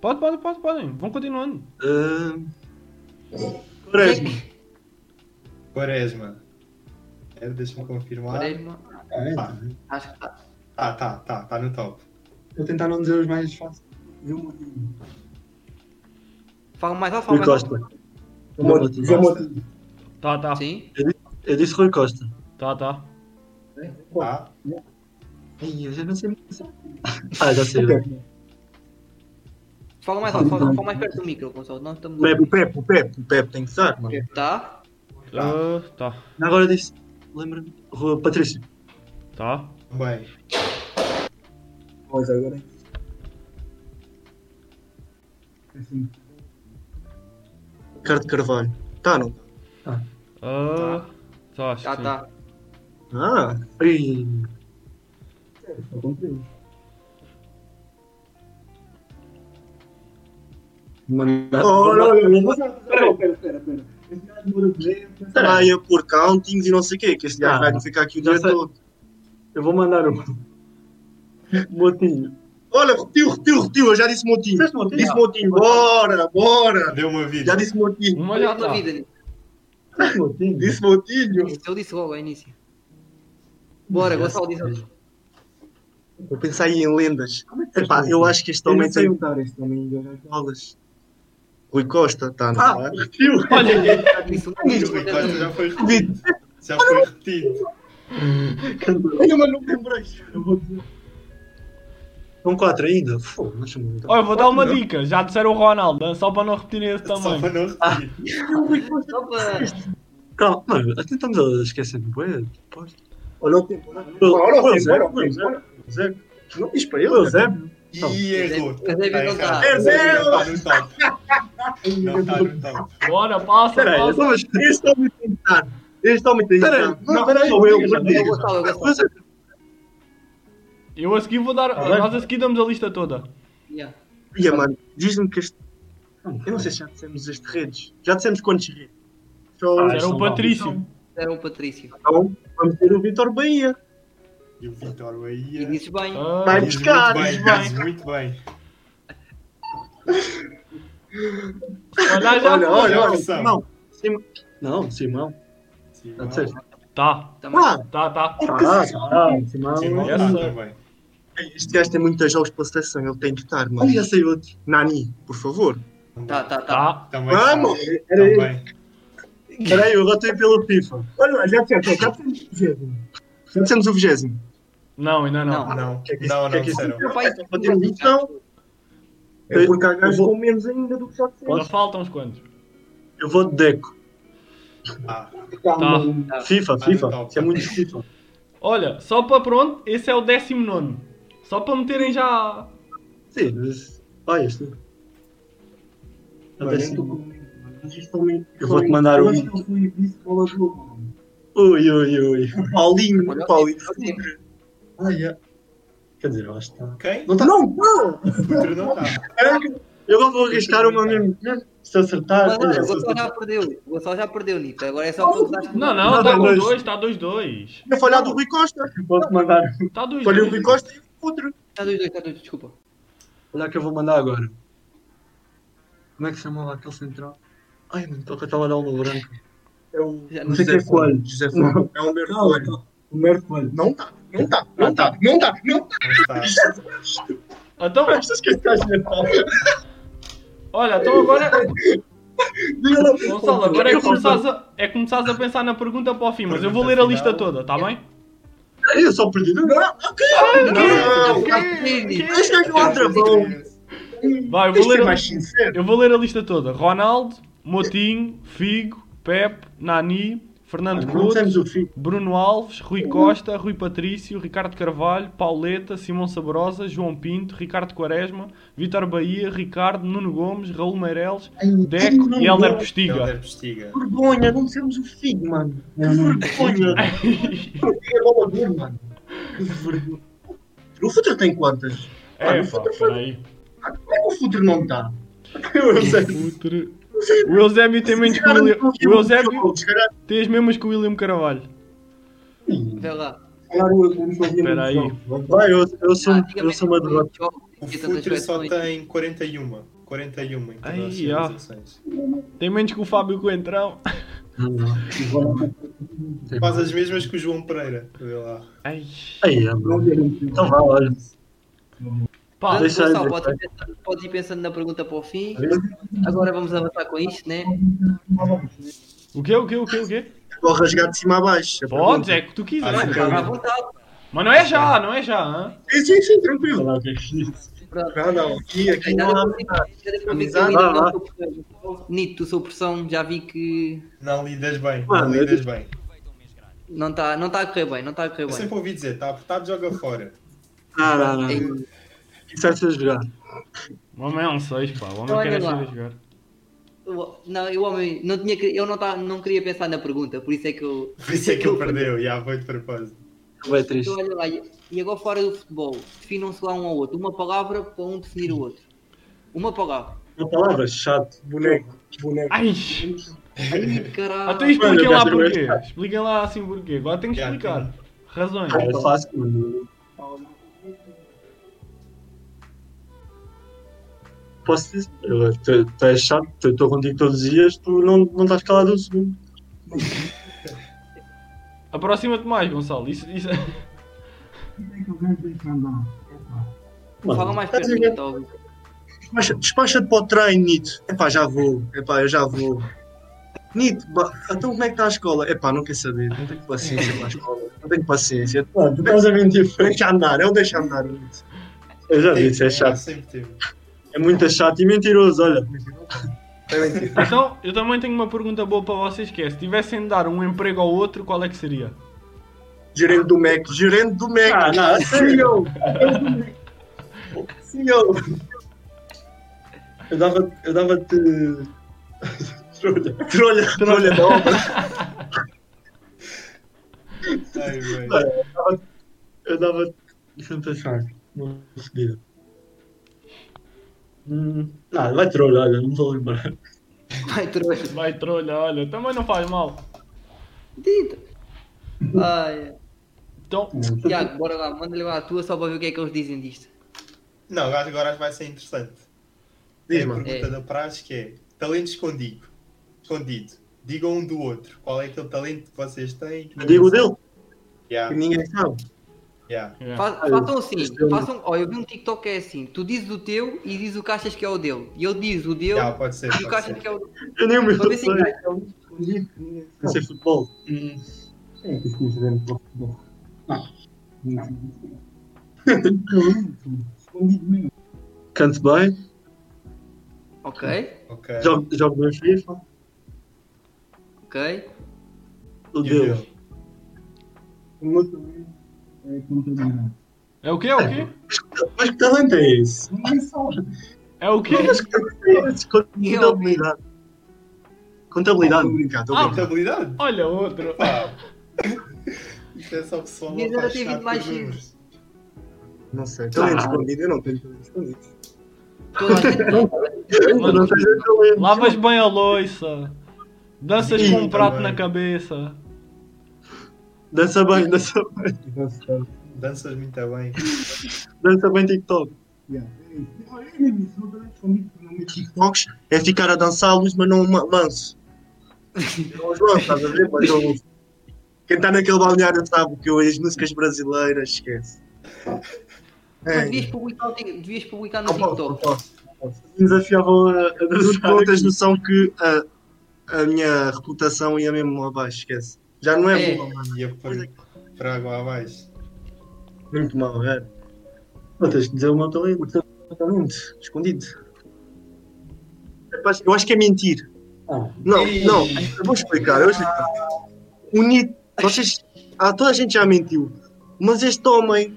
S3: Pode, pode, pode, podem. Vão continuando.
S4: Ah, Quaresma.
S2: é
S5: Quaresma. É, Deixa-me confirmar.
S2: Quaresma.
S7: Ah, é.
S5: Ah,
S2: Acho que tá.
S5: tá, tá, tá, tá no top.
S7: Vou tentar não dizer os mais fáceis. Viu o motivo.
S2: Fala mais alto, fala
S4: Rui
S2: mais alto.
S4: Costa.
S7: Amor,
S4: Amor,
S7: Zé Motinho.
S3: Tá, tá.
S2: Sim?
S4: Eu disse Rui Costa.
S3: Tá, tá.
S5: Tá.
S4: Ai, eu já não sei muito. Ah, já sei. O
S2: Fala mais alto, fala, fala mais perto do micro, Gonçalo. Nós estamos.
S6: Pepe, o Pepe, o Pepe, o Pepe tem que estar, mano.
S2: Tá?
S3: Ah, Tá,
S4: Agora disse. Lembra-me. Rua Patrício.
S3: tá.
S5: Bem,
S7: Pois, agora é. Assim.
S6: Ricardo Carvalho. Tá, não?
S3: Ah, Tá, acho
S2: Tá,
S3: que sim.
S2: tá.
S6: Ah,
S4: Ai,
S7: Só comprei.
S4: mandar.
S6: Oh, não, eu não vou-
S7: Espera, espera, espera, espera. Esse gajo demorou 10.
S6: Será aí a pôr countings e não sei o quê, que este gajo
S4: Ah,
S6: vai ficar aqui o
S4: já
S6: dia
S4: sei.
S6: todo.
S4: Eu vou mandar um. Motinho.
S6: Olha, repetiu, repetiu, repetiu, eu já disse motinho.
S4: Disseste motinho?
S6: Disse motinho, bora, bora.
S5: deu uma vida.
S6: Já disse motinho,
S3: Uma já
S2: Olha
S3: tá.
S2: na vida, Nito.
S4: Motinho.
S6: disse motinho.
S2: Isso Eu disse logo ao início. Bora, Gonçalo, diz outro.
S6: Vou pensar aí em lendas.
S7: Como é que
S6: Epá, eu acho que este
S7: Eu
S6: homem
S7: não sei
S6: tem
S7: usar este homem. eu já-
S6: bolas. Rui Costa, tá, não
S4: Ah,
S6: é?
S4: repetiu.
S3: Olha,
S2: Isso, um
S5: O
S2: minuto,
S5: Rui
S2: até
S5: Costa
S2: dois.
S5: já foi repetido. Já foi repetido.
S6: Olha, mas não me lembrei.
S7: Eu vou dizer.
S4: São quatro ainda? Fogo, não chamo muito.
S3: olha, vou dar uma dica. Já disseram o Ronaldo, né? só para não repetirem esse
S5: Só
S3: também.
S5: para não repetir.
S2: Só para-
S4: Calma, mano, até estamos a esquecer de boé.
S6: Olha o tempo.
S4: Olha
S6: Olha
S4: o
S6: o
S4: Zé,
S6: tempo,
S4: olha o
S6: olha o
S4: Zé.
S6: tempo. Não diz para
S4: Eu,
S6: ele.
S4: Zé.
S5: E errou.
S2: Mas deve
S5: Tá
S2: não
S5: errado.
S2: tá.
S6: É zero.
S5: Não tá no top. Não tá no top.
S3: Bora, passa,
S4: Espera aí, eu
S3: passa.
S4: estou a esquecer.
S6: Este homem tem que estar. Este homem tem que
S4: Espera aí,
S6: estar.
S4: não, espera aí.
S6: Sou eu,
S4: Diga,
S6: vou
S2: Eu
S6: dizer.
S2: gostava, eu gostava.
S6: é,
S3: Eu a seguir vou dar.
S4: bem.
S3: Nós a seguir damos a lista toda.
S2: Yeah.
S6: Ia, mano, diz-me que este. Eu não sei se já dissemos este redes. Já dissemos quantos redes. Só
S4: Ah,
S3: Era
S4: são
S3: o é um Patrício.
S2: Era o Patrício.
S6: então, vamos ter o Vitor Bahia.
S5: E o Vitor é
S2: E
S5: Bahia.
S2: dizes bem.
S3: Ah,
S6: Vai
S5: Diz
S6: buscar,
S5: muito
S6: diz
S5: bem,
S6: bem.
S5: diz muito bem.
S3: olha, já
S6: Olha,
S3: foi.
S6: olha, olha.
S5: São.
S6: Simão. Simão.
S4: Não, Simão.
S5: Sim,
S4: Tá
S5: bom.
S4: certo.
S3: Tá,
S2: Também.
S6: Ah,
S3: tá, tá.
S4: Ah, ah, Simão.
S5: Sim, bom,
S3: eu
S5: tá
S3: sei.
S5: também.
S6: este gajo tem muitos jogos pela seleção. Ele tem que estar, mano.
S4: Ai, já sei outro.
S6: Nani, por favor.
S2: Tá, tá, tá.
S3: Tá.
S5: Também
S6: Vamos!
S5: tá.
S6: Era ele.
S5: Também.
S4: Peraí, eu votei pelo FIFA.
S6: Olha, já dissemos, já dissemos. Já dissemos o vigésimo.
S3: Não, ainda não.
S2: Não.
S5: Não,
S6: que é que isso-
S5: não,
S6: que é
S5: não,
S6: que isso-
S5: disseram.
S2: Meu pai-
S6: Podemos dizer, não.
S4: então, Eu-
S6: É porque há gajos
S4: eu vou- um
S6: com menos ainda do que já
S3: Ainda
S6: disseste.
S3: faltam uns quantos.
S4: Eu vou de Deco.
S5: Ah,
S3: Tá.
S4: FIFA, FIFA.
S5: então.
S4: Isso é muito FIFA.
S3: Olha, só para pronto, esse é o 19. Só para meterem já.
S4: Sim, mas. Olha este. Até assim. Eu vou-te mandar
S7: Eu
S4: um.
S7: acho que eu fui vice-bola de ouro, mano.
S4: Ui, ui, ui.
S6: Paulinho,
S2: Olha,
S6: Paulinho.
S4: Ah, yeah. Quer dizer, eu acho que tá. está.
S5: quem?
S4: Não está. Não, não!
S5: Pedro não tá.
S4: Eu agora vou arriscar uma mesmo. Se eu
S2: Mas
S3: tá,
S4: acertar.
S2: olha,
S4: olha,
S2: o
S4: se eu
S2: Gonçalo
S4: acertar.
S2: já perdeu. O Gonçalo já perdeu, Nito. Agora é só para usar.
S3: Não, não,
S4: Não,
S3: está
S4: tá
S3: com
S4: dois.
S3: 2, está 2-2.
S6: Tinha falhado o Rui Costa.
S4: Eu Vou-te mandar.
S3: Está 2-2.
S6: Falhei o Rui Costa e o outro.
S2: Está dois, dois, está dois, desculpa.
S4: Olha que eu vou mandar agora. Como é que se chama lá aquele central? Ai, mano, estou a estava a dar uma branca.
S6: É o
S2: Já
S4: Não
S2: não
S4: sei
S2: sei.
S4: quem é Coelho.
S6: José Flávio. É o Humberto Coelho.
S7: O Mero Coelho.
S6: Não tá, não tá, não tá, não tá, não tá.
S5: Não tá.
S3: Então,
S6: Achas que esse gajo é pau?
S3: olha, então agora.
S6: Diga lá.
S3: Gonçalo, agora é começares, a, é começares a pensar na pergunta para o fim, mas eu vou ler a lista toda, está bem?
S4: Eu só perdi. Não,
S6: Não, Este gajo é um travão.
S3: Vai, eu vou
S6: Este
S4: um
S3: ler
S6: é
S3: a,
S6: mais sincero.
S3: eu vou ler a lista toda. Ronaldo, Motinho, Figo, Pepe, Nani, Fernando
S4: não
S3: Couto,
S4: temos o fim.
S3: Bruno Alves, Rui Costa, Rui Patrício, Ricardo Carvalho, Pauleta, Simão Sabrosa, João Pinto, Ricardo Quaresma, Vítor Bahia, Ricardo, Nuno Gomes, Raul Meireles, Deco
S6: Nuno
S3: e Helder
S6: Gomes.
S3: Postiga.
S5: Helder Postiga.
S6: Vergonha, não temos o figo, mano. Que vergonha. Que é bola dura, mano. Que vergonha. O Futre tem quantas?
S3: É, pá, peraí.
S6: Como é que o Futre não tá? Eu sei.
S3: Putre. O Eusébio tem menos que o William. O Eusébio
S6: é
S3: tem as mesmas que o William Carvalho.
S2: Vê lá.
S7: Claro, eu não sou bem
S3: Espera aí.
S7: muito jovem.
S4: Vai, eu, eu sou, um-
S2: Ah,
S4: eu sou uma derrota.
S2: antigamente não
S5: O
S2: tinha tantas
S5: Futre só
S2: versões.
S5: tem 41. 41 em todas
S3: Ai,
S5: as
S3: ó.
S5: civilizações.
S3: Tem menos que o Fábio Coentrão.
S4: Não, não.
S5: Faz as mesmas que o João Pereira. Vê lá.
S3: Ai.
S4: Aí, é, mano. Então vá, olha.
S3: Pá,
S4: Deixa
S2: Portanto,
S4: aí,
S2: Gonçalo, podes ir, pensando, podes ir pensando na pergunta para o fim. Agora vamos avançar com isto, né?
S3: o quê, o quê, o quê, o quê?
S6: Vou rasgar de cima a baixo. a
S3: Podes,
S6: pergunta.
S3: é que tu quiseres.
S5: Ah,
S2: À vontade.
S3: Mas não é já, não é já, hã?
S6: Sim, sim, sim, tranquilo.
S4: Olha lá o que é que diz.
S2: Pronto.
S6: Não, não, aqui, aqui
S2: Já
S6: não há.
S2: deu para ver- já deu para ver que eu
S6: Amizade.
S2: ainda
S4: Ah,
S2: não
S4: ah.
S2: sou pressão. Nito, tu sou pressão, já vi que
S5: Não lidas bem.
S4: Mano,
S5: Não
S4: eu
S5: lidas
S4: disse-
S5: bem.
S2: não está não tá a correr bem, não está a correr
S5: Eu
S2: bem.
S5: sempre ouvi dizer, tá apertado, joga fora.
S4: Não, não, não.
S2: Ei,
S4: Disseste a jogar.
S3: O homem é um 6, pá. O homem
S2: Olha
S3: quer
S2: lá.
S3: sair a jogar.
S2: eu- Não, eu homem, não tinha, que- eu não, tá, não queria pensar na pergunta, por isso é que eu.
S5: Por isso é que ele perdeu. Já foi de propósito.
S2: Então,
S4: Vai é triste.
S2: olha lá, e e agora fora do futebol, definam-se lá um ao outro. Uma palavra para um definir o outro. Uma palavra.
S4: Uma palavra, chato.
S6: Boneco, boneco.
S3: Ai.
S2: Ai,
S3: Até
S2: caralho.
S3: expliquem
S4: Mano,
S3: lá
S4: eu
S3: porquê.
S4: quero-
S3: Expliquem lá assim porquê. Agora tenho que
S5: Já,
S3: explicar.
S6: então.
S3: Razões.
S4: É fácil, mano. Posso dizer? Eu- Tu, tu és chato, eu estou contigo todos os dias, tu não, não estás calado um segundo.
S3: Aproxima-te mais, Gonçalo. Isso, isso...
S7: Como é que alguém tem É que andar? Epá.
S2: Fala
S4: Mano, tá
S2: mais perto então. mim, talvez.
S6: Despacha- Despacha-te para o treino, Nito. Epá, já vou. Epá, eu já vou. Nito, ba- então como é que está a escola? Epá, não quer saber. Não tenho paciência para a escola. Não tenho paciência.
S4: mano, tu estás a mentir. foi.
S6: Deixa andar, eu deixo andar, Nito.
S4: tipo. Eu já disse, é chato.
S5: Sempre teve.
S4: É muito chato e mentiroso, olha.
S3: Então, eu também tenho uma pergunta boa para vocês que é, se tivessem de dar um emprego ao outro, qual é que seria?
S6: Gerente do MEC, gerente do MEC.
S4: Ah, não, a
S6: CEO. CEO.
S4: Eu dava- Eu dava-te. Trolha.
S6: Trolha, trolha da obra.
S5: Ai, bem.
S4: Eu dava. Deixa-me pensar. Uma seguida. Hum, não, vai trolha, olha, não vou lembrar.
S2: Vai, trouxa.
S3: Vai trolha, olha, também não faz mal.
S2: Dito. Ai,
S3: Então,
S2: Tiago, bora lá, manda-lhe lá a tua só para ver o que é que eles dizem disto.
S5: Não, acho que agora vai ser interessante.
S6: Diz,
S5: é a
S6: mano.
S5: pergunta
S2: É.
S5: da praxe que é talento escondido. Escondido. Digam um do outro. Qual é aquele talento que vocês têm?
S4: Eu digo o dele.
S6: Que
S5: Yeah,
S6: Ninguém sabe.
S5: yeah.
S3: É.
S2: Fa-
S4: Olha,
S2: façam assim,
S4: este é um-
S2: façam. Ó, eu vi um TikTok que é assim: tu dizes o teu e dizes o que achas que é o dele. E ele diz o dele
S5: Yeah, pode ser,
S2: e o que
S5: Ah, pode
S2: achas
S5: ser.
S2: que é o dele.
S4: Eu nem o meu
S2: Para ver
S4: sei.
S2: se encaixa.
S4: Vai ser futebol.
S2: um-
S6: É, Ah.
S7: É que os coincidentes do futebol. Não.
S4: Canto bem,
S2: Ok,
S5: Ok.
S4: jogo, jogo bem FIFA,
S2: ok.
S4: o
S5: E o
S4: Deus.
S5: Bill?
S2: é,
S3: É o quê? É o quê?
S6: Mas que talento é esse?
S3: É o quê?
S4: Mas que talento é esse? Contabilidade. Contabilidade.
S6: Estou a brincar, estou a
S3: Ah,
S6: brincar.
S5: Contabilidade?
S3: Olha outro.
S5: Pá. Isso é só pessoal
S2: Devia ter
S5: apaixonado
S2: vindo
S5: por
S2: mais cedo.
S5: números.
S6: Não sei, talento
S4: Ah.
S6: escondido, eu não tenho talento escondido.
S2: Toda a gente-
S4: Eu não sei se eu lembro.
S3: Lavas bem a loiça. Danças
S6: Ih,
S3: com um prato
S6: também.
S3: na cabeça.
S4: Dança bem, dança bem.
S5: Danças muito bem.
S4: Dança bem TikTok.
S6: TikToks é ficar a dançar a luz, mas não ma- manso. Não os manso, estás a ver? Mas não luz. Quem está naquele balneário sabe que eu- as músicas brasileiras, esquece.
S2: Mas
S6: É,
S2: devias publicar, o tic- devias publicar no
S6: não posso, não
S2: TikTok.
S6: posso.
S4: Desafiavam eh, a, a
S6: Tu
S4: dançar.
S6: não tens noção que a, a minha reputação ia mesmo abaixo, esquece. Já não é,
S2: É.
S6: boa, mano.
S5: Ia por para água abaixo.
S6: Muito mal, é. Não tens de dizer o meu talento, o teu talento, escondido. Rapaz, Eu acho que é mentir.
S7: Ah.
S6: Não,
S5: Ei.
S6: não, eu vou explicar, eu vou explicar. O Nietzsche, vocês, ah, toda a gente já mentiu, mas este homem,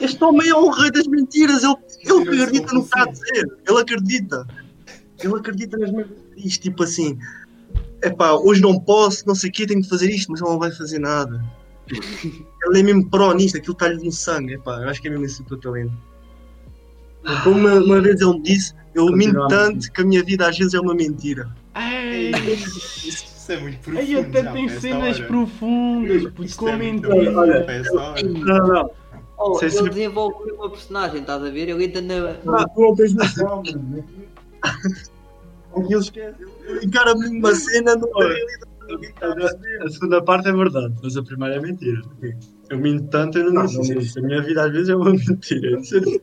S6: este homem é o rei das mentiras, ele, ele
S5: Mentiroso
S6: acredita no que está a
S5: compulsivo.
S6: dizer, ele acredita. Ele acredita nas mentiras, tipo assim, epá, hoje não posso, não sei o quê, tenho de fazer isto, mas ele não vai fazer nada. Ele é mesmo pró nisto, aquilo está-lhe no sangue. Epá, eu acho que é mesmo esse o teu talento. Como uma, uma vez ele me disse, eu minto tanto que a minha vida às vezes é uma mentira.
S3: Ei,
S5: Isso é muito profundo.
S3: ei até tem cenas profundas, tipo, putz,
S5: Isto é
S3: como
S5: muito
S3: entendo.
S5: profundo, para esta hora.
S4: Não, não, não.
S2: Oh,
S6: Sei
S2: ele
S6: se-
S2: desenvolve uma personagem, estás a ver? Ele entra na.
S5: Ah.
S6: Tu não tens noção, mano.
S4: É
S6: Aquilo esquece. Ele encara mesmo uma cena no
S4: A segunda parte é verdade, mas a primeira é mentira. Eu minto tanto e não,
S6: Não,
S4: não,
S6: não
S4: A minha vida às vezes é uma mentira.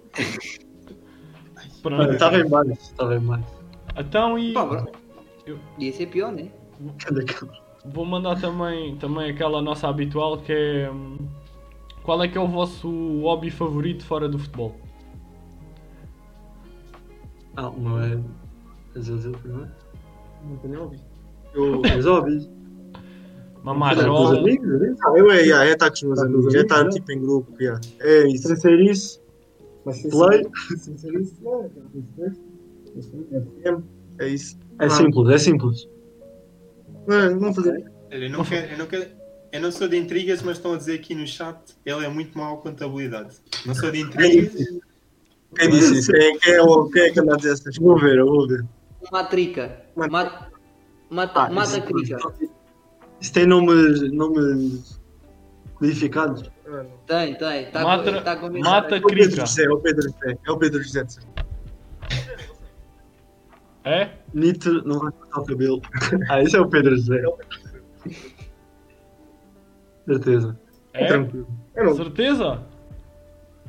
S3: Pronto.
S4: Estava em baixo, estava em baixo.
S3: Então e
S2: Pá, bro. Podia ser pior, né?
S4: Cadê que-
S3: vou mandar também, também aquela nossa habitual que é. hum, Qual é que é o vosso hobby favorito fora do futebol?
S4: Ah, o meu é. Às vezes é o primeiro. Eu resolvi. Tá
S3: Mamar
S4: Olha,
S6: Olá.
S3: rola.
S4: né?
S6: Eu é, já, é estar com
S4: Tá
S6: os meus amigos, é estar tipo em grupo. já. É isso.
S4: Sem ser isso, play.
S6: né, É isso.
S4: É simples, é simples.
S6: Não, vamos fazer.
S5: Eu não quero, eu não quero. Eu não sou de intrigas, mas estão a dizer aqui no chat ele é muito mau à contabilidade. Não sou de
S4: É
S5: intrigas.
S6: Quem disse isso? Quem, quem é, o- quem é que anda a dizer essas
S4: Vou ver, eu vou ver.
S2: Matrica.
S6: Mat-
S2: Mat- Mata,
S4: Ah,
S2: mata
S5: é
S4: isso-
S2: crica.
S4: Isso tem nomes, nomes codificados.
S2: Tem, tem. Tá
S3: Matra-
S2: com, tá com
S3: Mata
S6: É o Pedro
S3: crica.
S6: José, é o Pedro José, é o Pedro José. de certeza.
S3: É?
S4: Nito não vai cortar o cabelo. Ah, esse é o Pedro José. Certeza.
S3: É?
S6: Tranquilo. Ah, Eu não,
S3: Certeza?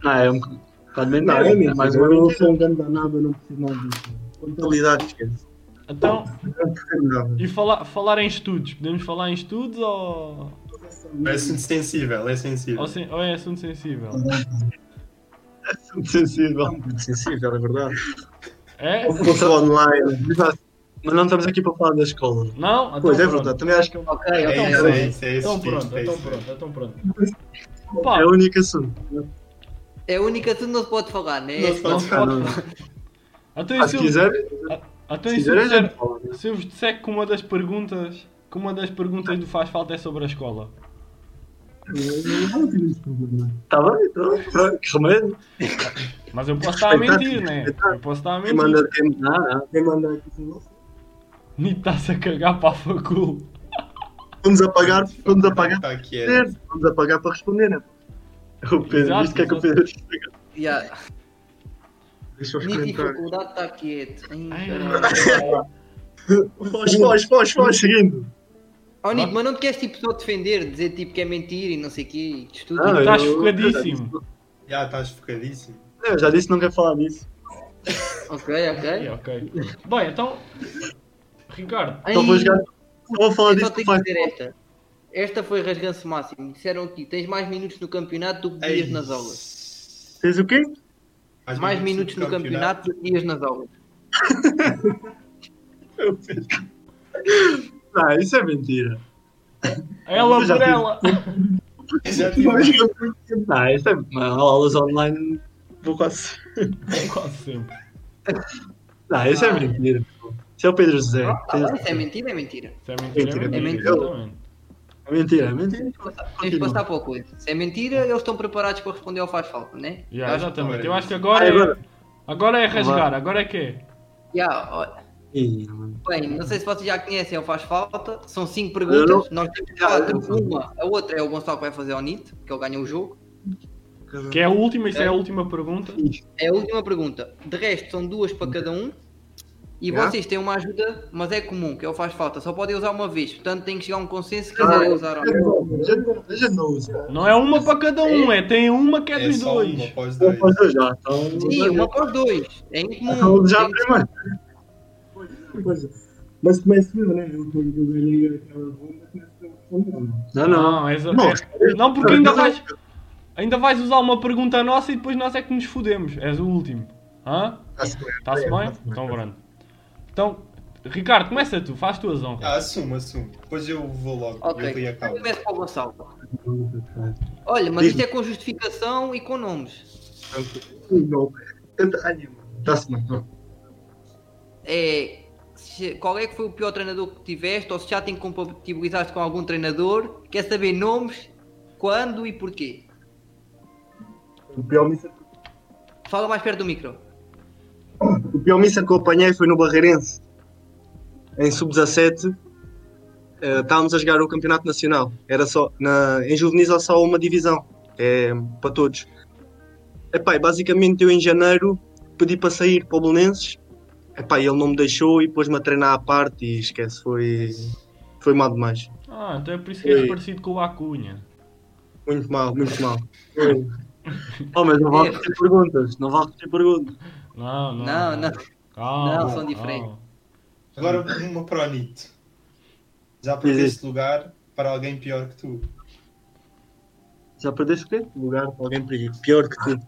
S4: Não, é um bocado menos.
S6: não, é mesmo, mas
S4: mais uma
S6: eu não
S4: mentira.
S6: sou
S7: Não ganda nada, eu não preciso nada disso.
S6: contabilidade, esquece. É
S3: Então,
S6: Não percebo nada.
S3: e falar, falar em estudos? Podemos falar em estudos ou,
S5: É assunto sensível, é sensível.
S3: ou, sen- ou é assunto sensível?
S4: Sensível.
S6: É muito sensível, é verdade.
S3: É?
S6: Ou fosse online.
S4: Exato. Mas não estamos aqui para falar da escola.
S3: Não? Então
S6: Pois é
S3: pronto.
S6: verdade, também acho que é um-
S2: Ok,
S5: É
S2: ok.
S5: isso, é isso, é isso.
S3: Então
S5: tipo,
S3: pronto,
S5: é
S3: então
S5: isso.
S3: pronto, então pronto.
S4: É
S3: Pá,
S4: o único assunto.
S2: É a única que não se pode falar, né?
S5: Não se
S3: não
S5: pode
S3: se
S5: falar.
S3: pode falar. Então, e
S4: Ah,
S3: se
S4: se
S3: eu-
S4: quiser,
S3: então,
S4: se
S3: e se
S4: quiser
S3: eu
S4: a gente
S3: disser-
S4: fala.
S3: se eu vos disser que uma das perguntas que uma das perguntas do Faz Falta é sobre a escola?
S4: Está bem, então. pronto, Que remédio.
S3: Mas eu posso estar a
S6: Respeitar,
S3: mentir, né?
S6: respeitar.
S3: Eu posso estar a
S6: Quem
S3: mentir.
S6: manda ah, quem
S4: Não, não.
S6: quem manda aqui são nós.
S3: Nito está-se a cagar para a facul.
S6: Vamos apagar, vamos apagar
S5: Tá aqui,
S6: para
S5: é.
S6: responder. Vamos apagar para responder, né?
S4: O Pedro,
S3: Exato,
S4: isto que é que o
S3: exato.
S4: Pedro.
S2: Yeah.
S6: Deixa os
S2: Nito e
S6: comentários.
S2: faculdade está quieto. tá Ai,
S3: Ai,
S2: caralho.
S6: Foge, foge, foge, foge.
S4: Seguindo.
S2: Oh, Nito, mas não te queres tipo só defender, dizer tipo que é mentira e não sei o quê, e que estudo.
S4: Ah,
S3: Estás
S4: eu-
S3: focadíssimo.
S5: Já estás focadíssimo.
S4: Eu já disse que não quero falar disso.
S2: Ok, ok.
S3: É, ok. Bem, então. Ricardo,
S2: Ai,
S4: Então vou jogar. Só vou falar
S2: eu só
S4: disso que
S2: tenho que
S4: faz.
S2: dizer esta. Esta foi rasganço máximo. Disseram aqui, tens mais minutos no campeonato do que
S5: É
S2: dias nas aulas.
S6: Tens o quê?
S2: Mais minutos no campeonato do que dias nas aulas.
S6: Ah, isso é mentira.
S3: Ela
S6: Já
S3: por
S6: tive.
S3: ela!
S5: Já tive
S6: Mas eu- Ah, isso é. Mas aulas online. Vou quase.
S3: É Quase sempre.
S6: Não, isso é mentira. pô. Isso é o Pedro José.
S2: Ah, tá
S6: Pedro-
S2: bem, se é mentira, é mentira.
S3: Isso é mentira, é
S6: Mentira,
S3: mentira.
S2: mentira.
S3: Exatamente.
S6: É mentira, é mentira.
S2: Tens de passar para a coisa. Se é mentira, eles estão preparados para responder ao faz falta, né?
S3: Yeah, exatamente.
S5: agora
S3: Eu
S5: é
S3: acho que agora
S6: Ah,
S3: é.
S6: agora?
S3: Agora é rasgar, agora é que é.
S2: Yeah, ó,
S6: Ih, mano.
S2: bem, não sei se vocês já conhecem ao faz falta. São cinco
S6: Eu
S2: perguntas. Nós temos quatro. Uma, a outra é o Gonçalo que vai fazer ao NIT, que ele ganha o jogo.
S3: Que é a última, isso é, a última pergunta.
S2: É a última pergunta. De resto, são duas para cada um. E
S6: Já?
S2: vocês têm uma ajuda, mas é comum, que é o faz falta. Só podem usar uma vez. Portanto, tem que chegar a um consenso se
S6: Ah, é.
S2: quiserem usar ou não.
S6: Já não- já não usa.
S3: Não é uma para cada um, é tem uma que é,
S5: É
S3: dos
S5: só
S3: dois.
S5: uma após
S6: Vou
S5: dois.
S6: fazer já. Então,
S2: Sim, uma para os dois. É
S6: então
S2: incomum.
S6: já
S2: Tem-
S6: primeiro.
S7: Pois é. Mas começo eu, né? Eu quando eu ganhei aquela bomba, começo eu responder, não.
S6: Não, não.
S3: és a-
S6: Não.
S3: é não, porque ainda
S6: Não.
S3: vais. Ainda vais usar uma pergunta nossa e depois nós é que nos fodemos. És o último. Hã? Está-se bem? Então pronto. Então, Ricardo, começa tu, faz tu as honras.
S5: Ah, assumo, assumo. Depois eu vou logo. Eu li
S2: Ok,
S5: a
S2: então
S5: cabo.
S2: começo para o Gonçalo. Olha, mas isto é com justificação e com nomes.
S6: Não. Está-se bem. não.
S2: É, se- qual é que foi o pior treinador que tiveste ou se já te incompatibilizaste com algum treinador? Quer saber nomes, quando e porquê?
S6: O pior miss-
S2: Fala mais perto do micro.
S6: O pior missa que eu apanhei foi no Barreirense, em sub-17. eh, estávamos a jogar o Campeonato Nacional. Era só, na, em juvenis há só uma divisão, é, para todos. Epá, e basicamente eu em janeiro pedi para sair para o Belenenses. Epá, e ele não me deixou e pôs-me a treinar à parte e esquece, foi, foi mal demais.
S3: Ah, então é por isso que és
S6: Oi.
S3: parecido com o Acunha.
S6: Muito mal, muito mal. Foi. Oh, mas não vale ter perguntas, não vale ter perguntas.
S3: Não, não.
S2: Não, não.
S3: Calma,
S2: Não, são
S3: calma.
S2: diferentes.
S5: Agora uma para o Nito. Já perdeste lugar para alguém pior que tu.
S6: Já perdeste o quê? Lugar para alguém pior que tu.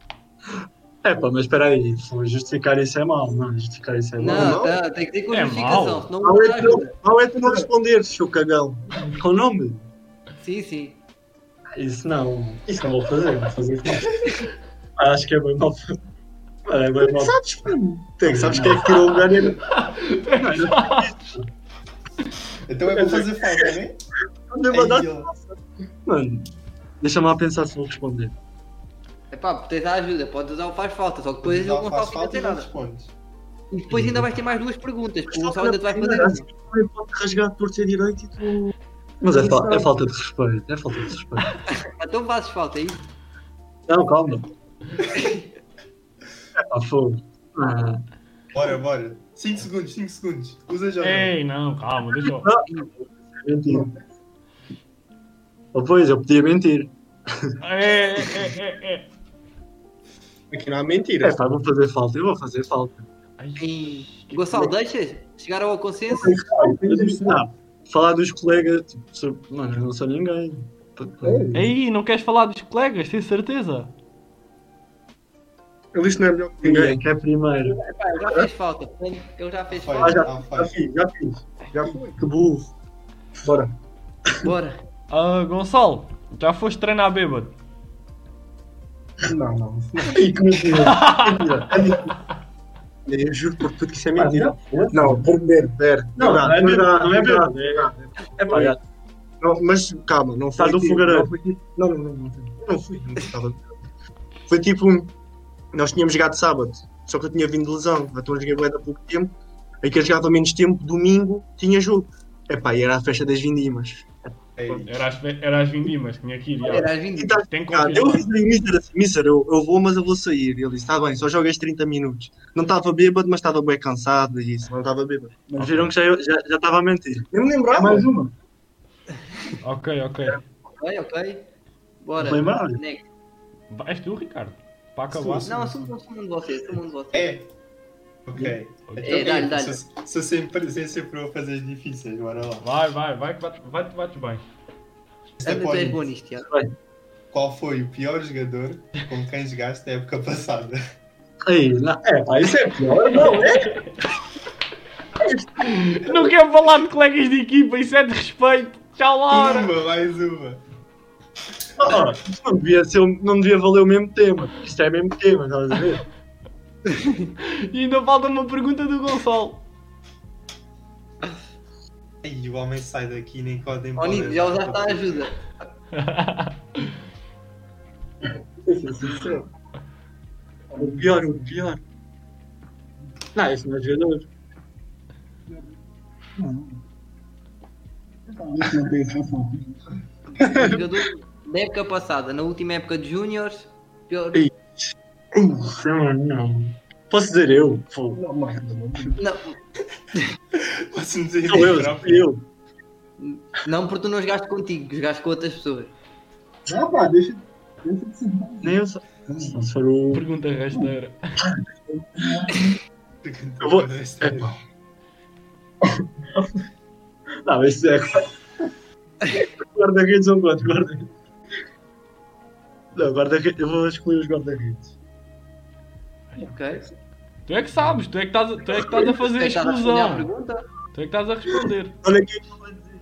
S6: É pá, mas espera aí, foi justificar isso é mal, não, justificar isso é mal.
S2: Não, tá, tem que ter com
S3: É mau.
S2: justificação, senão
S6: Mal
S2: não
S6: é, tu,
S2: ajuda.
S6: mal é tu não responder, seu cagão. Com o nome?
S2: Sim, sim.
S6: Isso não, isso não vou fazer, vou fazer isso. Acho que é bem mal. Mano, é bem mal. Sabes, mano? Tem, sabes quem é que tirou o lugar? Era...
S5: Então é para fazer falta, não é?
S6: Não, eu vou dar-
S5: Aí ele-
S6: Mano, deixa-me lá pensar se vou responder.
S2: Epá, tens a ajuda, podes usar o faz falta, só que depois
S5: Dá-
S2: o Gonçalo
S5: faz
S2: fica
S5: falta
S2: sem
S5: e não
S2: nada.
S5: respondes.
S2: E depois ainda vais ter mais duas perguntas, porque o Gonçalo ainda te vai fazer
S6: Acho
S2: uma.
S6: que também pode rasgar por ser direito e tu. Mas é, fa- é falta de respeito, é falta de respeito.
S2: Então fazes falta aí.
S6: Não, calma. É pá, fogo. Ah.
S5: Bora, bora. 5 segundos, 5 segundos. Usa já.
S6: É.
S3: Ei, não, calma, deixa eu.
S6: Mentira. Oh, pois, eu podia mentir.
S3: É, é, é, é, é.
S6: Aqui não há mentira. É, pá, vou fazer falta, eu vou fazer falta.
S3: Ai,
S2: E... Gonçalo, deixas? Chegaram ao consenso?
S6: Eu disse, ah, falar dos colegas, tipo, sou- mano, eu não sou ninguém.
S3: Ei, não queres falar dos colegas, tens certeza?
S6: Ele disse não é melhor que ninguém, que é primeiro.
S2: Epá, ele já fez falta, portanto, ele já fez
S5: Faz,
S2: falta.
S6: já-
S5: ah,
S6: Já
S5: faz.
S6: fiz, já fiz. Já fui. Que burro. Bora.
S2: Bora.
S3: Ah, Gonçalo, já foste treinar bêbado.
S7: Não, não. isso não.
S6: Ih, que mentira. É mentira. Eu juro por tudo que isso é mentira. Não, perder, perder. Não, não, é verdade, não é verdade. É verdade. É pá, já. Não, mas calma, não foi.
S4: Tá do
S6: tipo-
S4: fogareiro.
S6: não foi tipo- Não, não, não, não. Não fui, não estava. Foi tipo. um- Nós tínhamos jogado sábado, só que eu tinha vindo de lesão, então eu joguei bué de há pouco tempo. Aí que eu jogava menos tempo, domingo tinha jogo. Epá, e era a festa das vindimas.
S5: Ei.
S3: Era às, ve- era às vindimas, tinha que ir. já.
S2: Era às
S6: E
S2: 20.
S6: tá
S3: Tem
S6: Ah,
S3: confiança.
S6: eu disse ao Mister assim, Mister, eu, eu vou, mas eu vou sair. E Ele disse, tá bem, só joguei 30 minutos. Não estava bêbado, mas estava bem cansado e isso, não estava bêbado. Mas viram que já estava já, já estava a mentir. Eu me lembrava.
S7: Mais uma.
S3: Ok, ok.
S2: Ok, ok. Bora.
S6: Foi mal.
S2: Next.
S3: És tu, Ricardo? Para acabar.
S2: Não, assumo assumo um de vocês, assumo um de vocês.
S5: É. Ok. Então,
S2: É, dá-lhe, dá-lhe.
S5: Sou, sou sempre, sou sempre eu a fazer as difíceis, bora lá.
S3: Vai, vai, vai, que bate- vai, te bates bem.
S5: Esta é
S2: Ana, tu
S5: pode.
S2: és bom nisto, Tiago.
S5: Qual foi o pior jogador com quem jogaste a época passada?
S6: Aí, na- é, pá, isso é pior.
S3: Não quero falar de colegas de equipa, isso é de respeito. Tchau, Laura.
S5: Uma, mais uma.
S6: Ah, isso não, devia ser, o- não devia valer o mesmo tema. Isto é o mesmo tema, estás a ver?
S3: E ainda falta uma pergunta do Gonçalo.
S5: E o homem sai daqui nem podem
S2: Ó, Nico, já tá. usaste a ajuda.
S6: O pior, o pior. Não, isso não é jogador.
S12: Então, Isso não tem razão.
S2: O jogador da época passada, na última época de Júniors, pior.
S6: Ei. Isso, mano, não. Posso dizer eu? Pô,
S12: Não, merda, não.
S2: Não,
S5: Posso dizer é
S6: sou eu, sou eu.
S2: não porque tu não jogaste contigo, jogaste com outras pessoas.
S12: Não, pá, deixa. Deixa de ser.
S6: Nem eu sou. Se for o.
S3: Pergunta rasteira.
S6: Eu vou- Não, esse é. guarda-redes ou guarda guarda Não, guarda-redes. Eu vou excluir os guarda-redes.
S2: Ok?
S3: Tu é que sabes, tu é que estás a, tu é que estás a fazer a
S2: Tentaste responder à
S3: exclusão.
S2: pergunta?
S3: Tu é que estás a responder.
S6: Olha aqui o que eu vou dizer.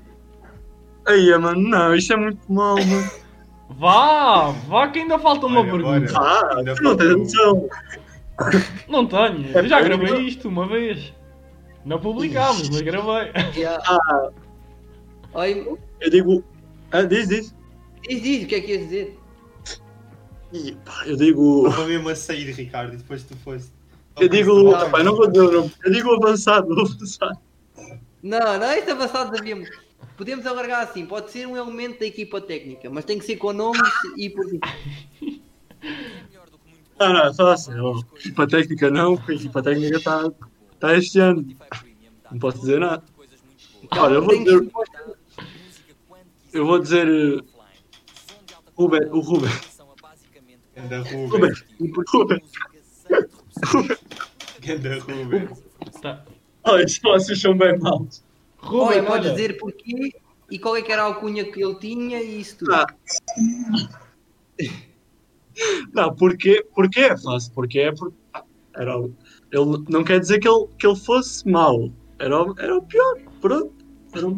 S6: Aí, mano, não, isto é muito mal, mano.
S3: Vá, vá que ainda falta uma
S5: Olha,
S3: pergunta.
S5: bora. um.
S6: Ah, tu não tens noção.
S3: Não tenho, eu já gravei isto uma vez. Não publicámos, mas gravei.
S2: Yeah. Oi,
S6: Eu digo. Ah, diz, diz.
S2: diz, diz, o que é que ias dizer?
S6: Ih, pá, Eu digo.
S5: Estava mesmo a sair, Ricardo, e depois tu foste.
S6: Eu digo. Rapaz, Ah, não vou dizer o nome. Eu digo avançado, avançado.
S2: Não, não, isso avançado sabíamos. Podemos alargar assim, pode ser um elemento da equipa técnica, mas tem que ser com nomes e posições.
S6: Não, não, fala assim. ó, Equipa técnica não, porque a equipa técnica está tá este ano. Não posso dizer nada. Olha, eu vou
S2: Tem que
S6: dizer.
S2: ser-
S6: Eu vou dizer. eh, Ruben, o Ruben. É
S5: Ganda
S6: Ruben.
S5: Ruben.
S6: Ruben.
S5: Ganda Ruben.
S3: Tá.
S6: Olha, só vocês são bem maus.
S2: Oi,
S3: Ruben,
S2: podes
S3: olha,
S2: dizer porquê e qual é que era a alcunha que ele tinha e isso tudo.
S6: Ah. Não, porque, porque é fácil. Porque é porque. Era, o- ele não quer dizer que ele, que ele fosse mau. Era, o- era o pior. Pronto. Era o,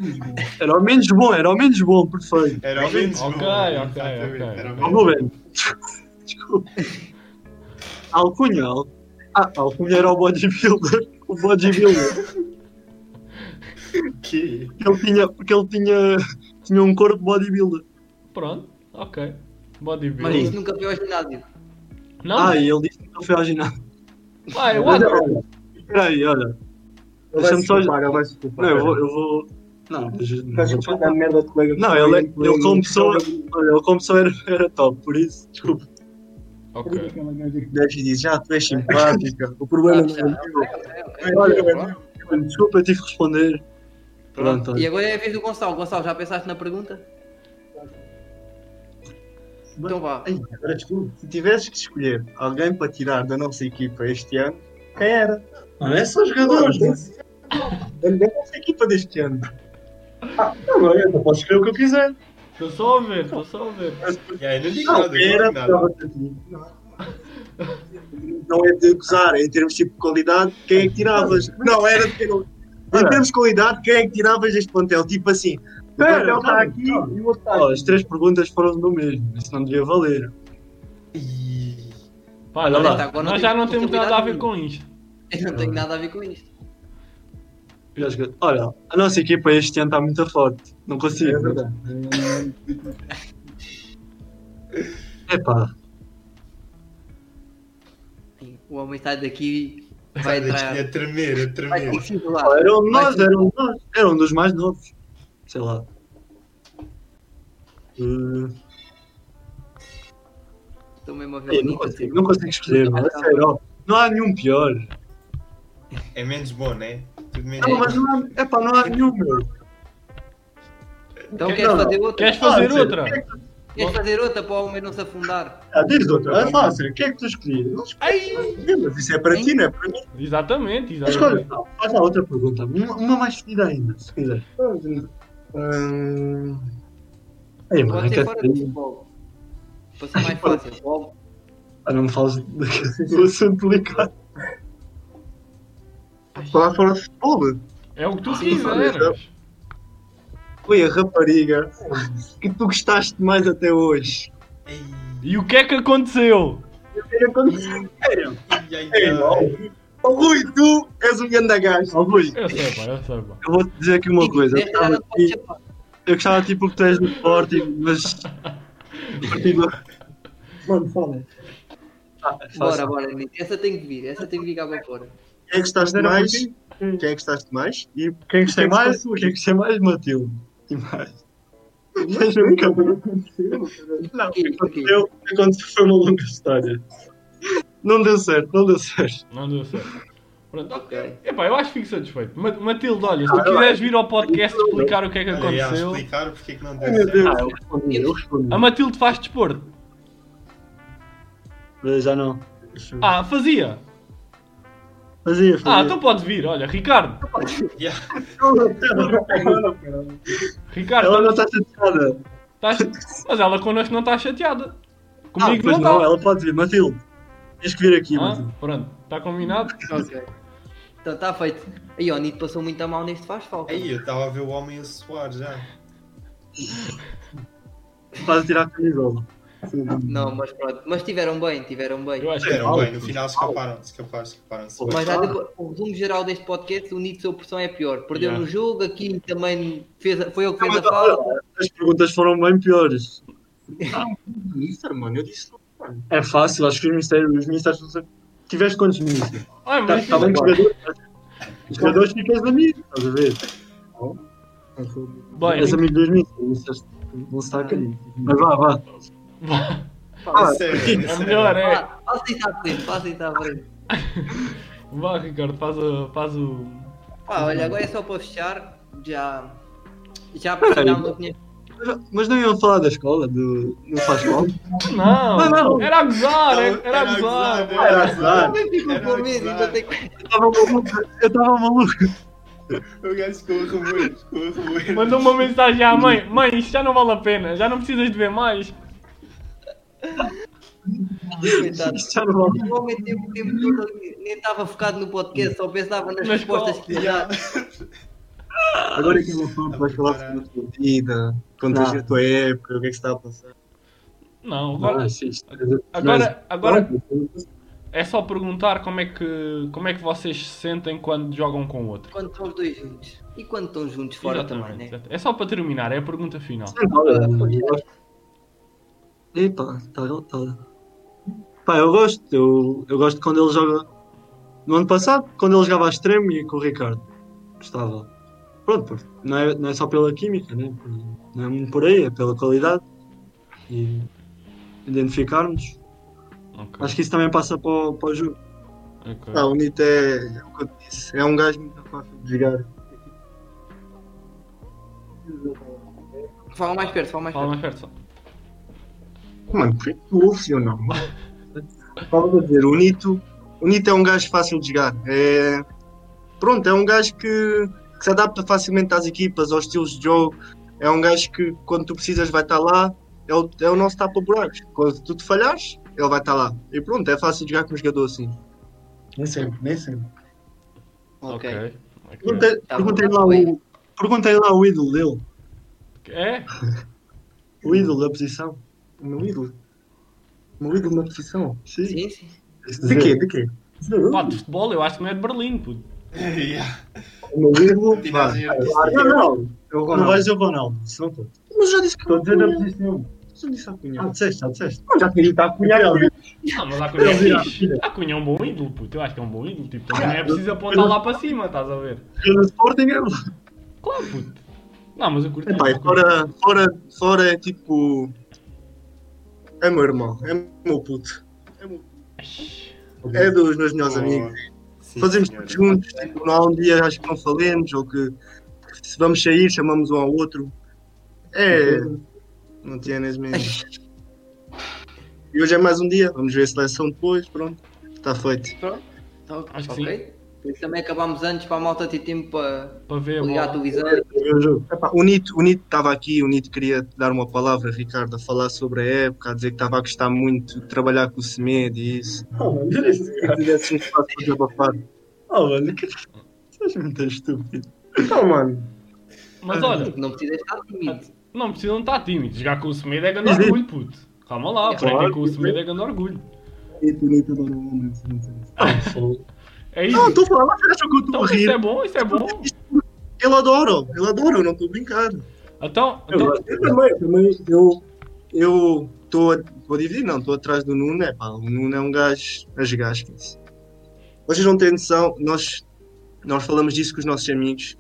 S6: era o menos bom, era o menos bom, perfeito.
S5: Era o menos
S3: Ok,
S5: bom.
S3: ok,
S5: Exatamente,
S3: ok.
S5: era o
S6: Ó,
S5: menos
S6: Ruben. Desculpa. Alcunha. al- Ah, Alcunha era o bodybuilder. O bodybuilder.
S5: Que?
S6: Porque ele tinha, porque ele tinha, tinha um corpo bodybuilder.
S3: pronto, ok.
S2: Mas isso
S3: Bodybuilding.
S2: nunca foi ao ginásio.
S3: Não,
S6: Ah, e ele disse que não foi ao ginásio.
S3: pá, eu acho.
S6: Peraí, olha.
S13: Ele vai
S6: Deixa-me
S13: se
S6: só-
S13: culpar, ele vai se culpar.
S6: Não, eu vou. Eu vou... Não, deixa- não,
S13: Vai se
S6: vou
S13: culpar
S6: te-
S13: da merda de colega.
S6: não, ele, é- ele como pessoa, olha, ele como pessoa era, era top, por isso, desculpa.
S12: Olha
S3: Ok.
S12: aquela gaja que
S13: Deve diz, ah, tu és simpática. O
S2: Ah,
S13: problema não é meu.
S6: Olha, mano, desculpa, eu tive que responder. Pronto,
S2: E
S6: olha.
S2: agora é a vez do Gonçalo. Gonçalo, já pensaste na pergunta? Então vá.
S13: Ai, agora desculpa, se tivesses que escolher alguém para tirar da nossa equipa este ano, quem era? Não é só jogadores, não. Ele da nossa equipa deste ano. Ah, não, eu não posso escolher o que eu quiser.
S3: Estou só a ver, estou só a ver.
S5: Yeah, É, eu não digo
S13: Não,
S5: nada,
S13: quem
S5: não
S13: era?
S5: digo nada.
S13: Não é de gozar, é em termos tipo de qualidade, quem é que tiravas? Não, era de quem não. Em termos de qualidade, quem é que tiravas deste plantel? Tipo assim, o plantel está aqui e o outro está
S6: Ó, as três perguntas foram do mesmo, isso não devia valer.
S5: Ih,
S3: Pá, olha
S2: Tá,
S3: lá,
S2: agora não
S3: nós
S2: tem
S3: já não temos nada a ver
S2: possibilidade
S3: com isto.
S2: Eu não tenho nada a ver com isto.
S6: Já joguei- Olha, a nossa equipa este ano está muito forte, não consigo.
S13: É verdade.
S6: Epá,
S2: O homem sai daqui vai
S5: Sai daqui
S2: entrar.
S5: é a tremer, a
S2: Vai ter que
S5: tremer.
S2: se isolar.
S6: era um de nós, era um de nós, era um dos mais novos. Sei lá. Uh,
S2: Estou mesmo a ver
S6: ei,
S2: o
S6: não
S2: Nico.
S6: consigo, não consigo escolher, mano, é sério, ó, não há nenhum pior.
S5: É menos bom, né? Tudo menos
S6: Não,
S5: bom.
S6: mas não há, epá, não há nenhum, meu.
S2: Então queres fazer outra?
S3: Queres fazer
S6: Ah,
S3: outra?
S2: Queres fazer outra para o homem não se afundar?
S6: Ah, diz outra, é fácil. O que é que tu escolhias? Não escolhi,
S13: Mas isso é para ti, não é para mim.
S3: Exatamente,
S6: mas escolhe.
S4: é?
S3: exatamente.
S6: Não, Faz lá outra pergunta. Uma, uma mais fedida ainda, se quiser.
S13: Hum,
S4: Ei, mano,
S2: Pode
S4: é que
S2: ser
S4: é
S2: fora do futebol. Para ser mais fácil. Ou-
S4: Ah, não me fales do assunto delicado.
S6: Falar fora de futebol.
S3: É o que tu
S6: olha,
S3: quiseres.
S6: Foi a rapariga que tu gostaste mais até hoje.
S5: Ei,
S3: E o que é que aconteceu?
S5: ai, ai,
S6: Ei, ó, ó, Rui, tu és um grande gajo.
S4: Ó, Oh, Rui,
S3: Eu sei, pá, eu sei, pá.
S4: eu vou-te dizer aqui uma coisa. é Eu
S2: Esta já
S4: gostava
S2: não
S4: de
S2: pode
S4: ti-
S2: ser fácil.
S4: eu gostava de ti porque tu és do Sporting, mas.
S7: Mano, fala.
S2: Bora, bora, Nito. Essa tem que vir. Essa tem que vir cá para fora.
S6: Quem é que gostaste
S4: Era
S6: mais?
S4: porque-
S6: Quem é que gostaste mais?
S4: E quem
S6: Quem
S4: gostei
S6: é
S4: mais?
S6: gostou?
S4: Quem gostei mais, Matilde. E mais. Mas eu nunca
S6: Não,
S2: Aqui, aqui.
S6: eu, aconteceu foi uma longa história. Não deu certo, não deu certo.
S3: Não deu certo. Pronto,
S2: Ok.
S3: Epá, eu acho que fico satisfeito. Ma- Matilde, olha, se tu quiseres vir ao podcast explicar o que é que
S5: Olha, ia
S3: aconteceu,
S5: explicar porque é que não
S6: Ai,
S5: deu
S6: meu Deus.
S5: certo.
S4: Ah, eu respondi, eu respondi.
S3: a Matilde faz desporto.
S4: Mas já não.
S3: Ah, fazia.
S4: Fazia,
S3: Ah,
S4: fazia.
S3: então podes vir. Olha, Ricardo.
S4: Ela
S3: Ricardo,
S4: não está chateada.
S3: estás... mas ela connosco não está chateada.
S4: Ah,
S3: Comigo
S4: pois
S3: não
S4: não,
S3: está.
S4: ela pode vir. Matilde, tens que vir aqui, Matilde.
S3: Ah, pronto, está combinado?
S2: Ok. Então está feito. Aí, ó, Nito passou muito a mal neste faz falta.
S5: Ei, eu estava a ver o homem a suar já.
S4: Faz tirar a camisola.
S2: Não, mas pronto. Mas tiveram bem, tiveram bem.
S3: Eu acho que
S5: Tiveram bem, é, no final escaparam, escaparam, escaparam.
S2: Mas já depois, o resumo geral deste podcast, o Nito sob pressão é pior. Perdeu
S3: Yeah.
S2: no jogo, aqui também fez, a- foi ele que fez
S4: Mas,
S2: a falta.
S4: olha, As perguntas foram bem piores.
S6: Mister, Ah, um mano, eu disse não.
S4: É fácil, acho que os ministérios, os ministérios não sei. Tiveste quantos ministros?
S3: Ai, mas
S4: Está bem que jogadores. Os jogadores ficas amigos, estás a ver?
S3: Bem,
S4: És amigo dos ministros, não está querido. Mas vá, vá.
S5: É sério,
S3: é melhor, é.
S2: Ah, Passa e está à frente, passa e está à frente.
S3: Vá, Ricardo, faz, a, faz o.
S2: Pá, olha, agora é só para fechar, já, já pressionámos a minha...
S4: Mas não iam falar da escola, do. Não faz mal.
S3: Não,
S4: Não, não.
S3: era a gozar, era, era a
S5: Era a
S3: gozar.
S5: gozar,
S4: Era
S2: Ah,
S4: azar.
S2: bem, ficou
S5: era
S2: com medo,
S5: bizarro.
S2: ainda tem que...
S4: Eu estava maluco. Eu estava maluco.
S5: O gajo ficou a remoer, ficou a remoer.
S3: Mandou uma mensagem à mãe: Mãe, isto já não vale a pena, já não precisas de ver mais.
S2: Coitado.
S4: Isto já não vale.
S2: O homem teve o tempo todo ali, nem estava focado no podcast, só pensava nas
S3: Na
S2: respostas que ia dar.
S4: Agora é que eu vou
S6: Vais falar sobre a tua vida, contas da tua época, o que é que se está a passar.
S3: Não, agora,
S4: Agora sim. isto-
S3: agora, agora
S4: Mas-
S3: é só perguntar como é, que, como é que vocês se sentem quando jogam com o outro.
S2: Quando estão os dois juntos. E quando estão juntos fora também, né?
S3: exato. É só para terminar, é a pergunta final.
S4: Olha,
S6: né?
S4: eu gosto. Epa, está tá. Pá, eu gosto. Eu, eu gosto quando ele joga. No ano passado, quando ele jogava a extremo e com o Ricardo. Gostava. Pronto, porque não é, não é só pela química, né? Por- não é muito por aí, é pela qualidade. E identificarmos.
S3: Ok,
S4: Acho que isso também passa para o, para o jogo.
S3: ok.
S6: Pá, o Nito é, é o que eu te disse, é um gajo muito fácil de jogar.
S2: Fala mais perto, fala mais perto.
S3: Fala mais perto. só.
S6: Mano, por que tu ouves ou não? Estava a dizer, o Nito, o Nito é um gajo fácil de jogar. É... Pronto, é um gajo que, que se adapta facilmente às equipas, aos estilos de jogo. É um gajo que, quando tu precisas, vai estar lá. É o, é o nosso tapa-buracos. Quando tu te falhares, ele vai estar lá. E pronto, é fácil de jogar com um jogador assim.
S7: Nem sempre, nem sempre.
S2: Ok.
S3: ok.
S4: Perguntei,
S2: Tá bom.
S4: perguntei, lá o, perguntei lá o ídolo dele.
S3: É?
S4: O ídolo da posição.
S6: O meu ídolo. O meu ídolo na posição.
S2: Sim,
S4: Sim.
S2: sim.
S6: De quê? De quê?
S3: Pá, de futebol, eu acho que não é de Berlim, puto.
S5: Yeah.
S6: O meu ídolo. vá.
S5: Tiragem
S4: é Não, não.
S6: É o
S4: Não
S6: Ronaldo.
S4: vais dizer o Ronaldo. Isso não pode.
S6: Mas já disse que
S4: Estou a dizer
S6: não
S4: da
S6: conheço.
S4: posição.
S6: Já disse a
S4: Ah,
S6: cunhada.
S4: disseste, já disseste.
S6: Não, já tinha dito a cunhada.
S3: Não, mas a Cunha é
S4: Ele vira a
S3: fixe. A Cunha é um bom ídolo, puto. Eu acho que é um bom ídolo. Tipo, também não
S6: Ah,
S3: é preciso apontar lá para cima, estás a ver?
S4: Pelo Sporting é
S3: Claro, puto. Não, mas eu curti.
S6: Epá, e fora, fora, fora é tipo. É meu irmão, é meu puto. É dos meus
S4: Hum.
S6: melhores amigos.
S5: Sim,
S6: Fazemos
S5: senhora.
S6: tudo juntos, tipo, não há um dia acho que não falemos, ou que se vamos sair chamamos um ao outro. É. Não tienes mesmo. E hoje é mais um dia, vamos ver a seleção depois, pronto. Está feito.
S2: Então,
S3: Acho que
S2: ok. Também acabámos antes para a malta ter tempo para
S3: Para ver a
S2: ligar a
S3: bola.
S2: televisão.
S6: Eu
S4: ver o jogo.
S6: Epá, o Nito o Nito estava aqui, o Nito queria te dar uma palavra, Ricardo, a falar sobre a época, a dizer que estava a gostar muito de trabalhar com o Semedo e isso.
S4: Ah, mano, olha esse
S6: Se
S4: cara.
S6: tivesse um espaço para desabafar.
S4: Ah, mano, que. Estás muito estúpido.
S5: Oh,
S6: Então, mano,
S3: Mas olha,
S2: Não precisa estar
S3: Ah,
S2: tímido.
S3: não precisam estar tímidos. Jogar com o Semedo é grande
S6: Sim.
S3: orgulho, puto. Calma lá, aprender com o Semedo é grande orgulho.
S7: Bonito, bonito, adoro o homem. assim, não sei.
S3: É
S6: não,
S3: isso.
S6: estou a falar, mas acham que eu estou
S3: Então
S6: a
S3: isso é
S6: rir?
S3: bom, isso é bom.
S6: Ele adora, ele adora, eu não estou a brincar.
S3: Então, então
S6: Eu também, também, eu eu estou a, vou dividir, não, estou atrás do Nuno, é pá, o Nuno é um gajo a jogar, esquece. Vocês não têm noção, nós, nós falamos disso com os nossos amigos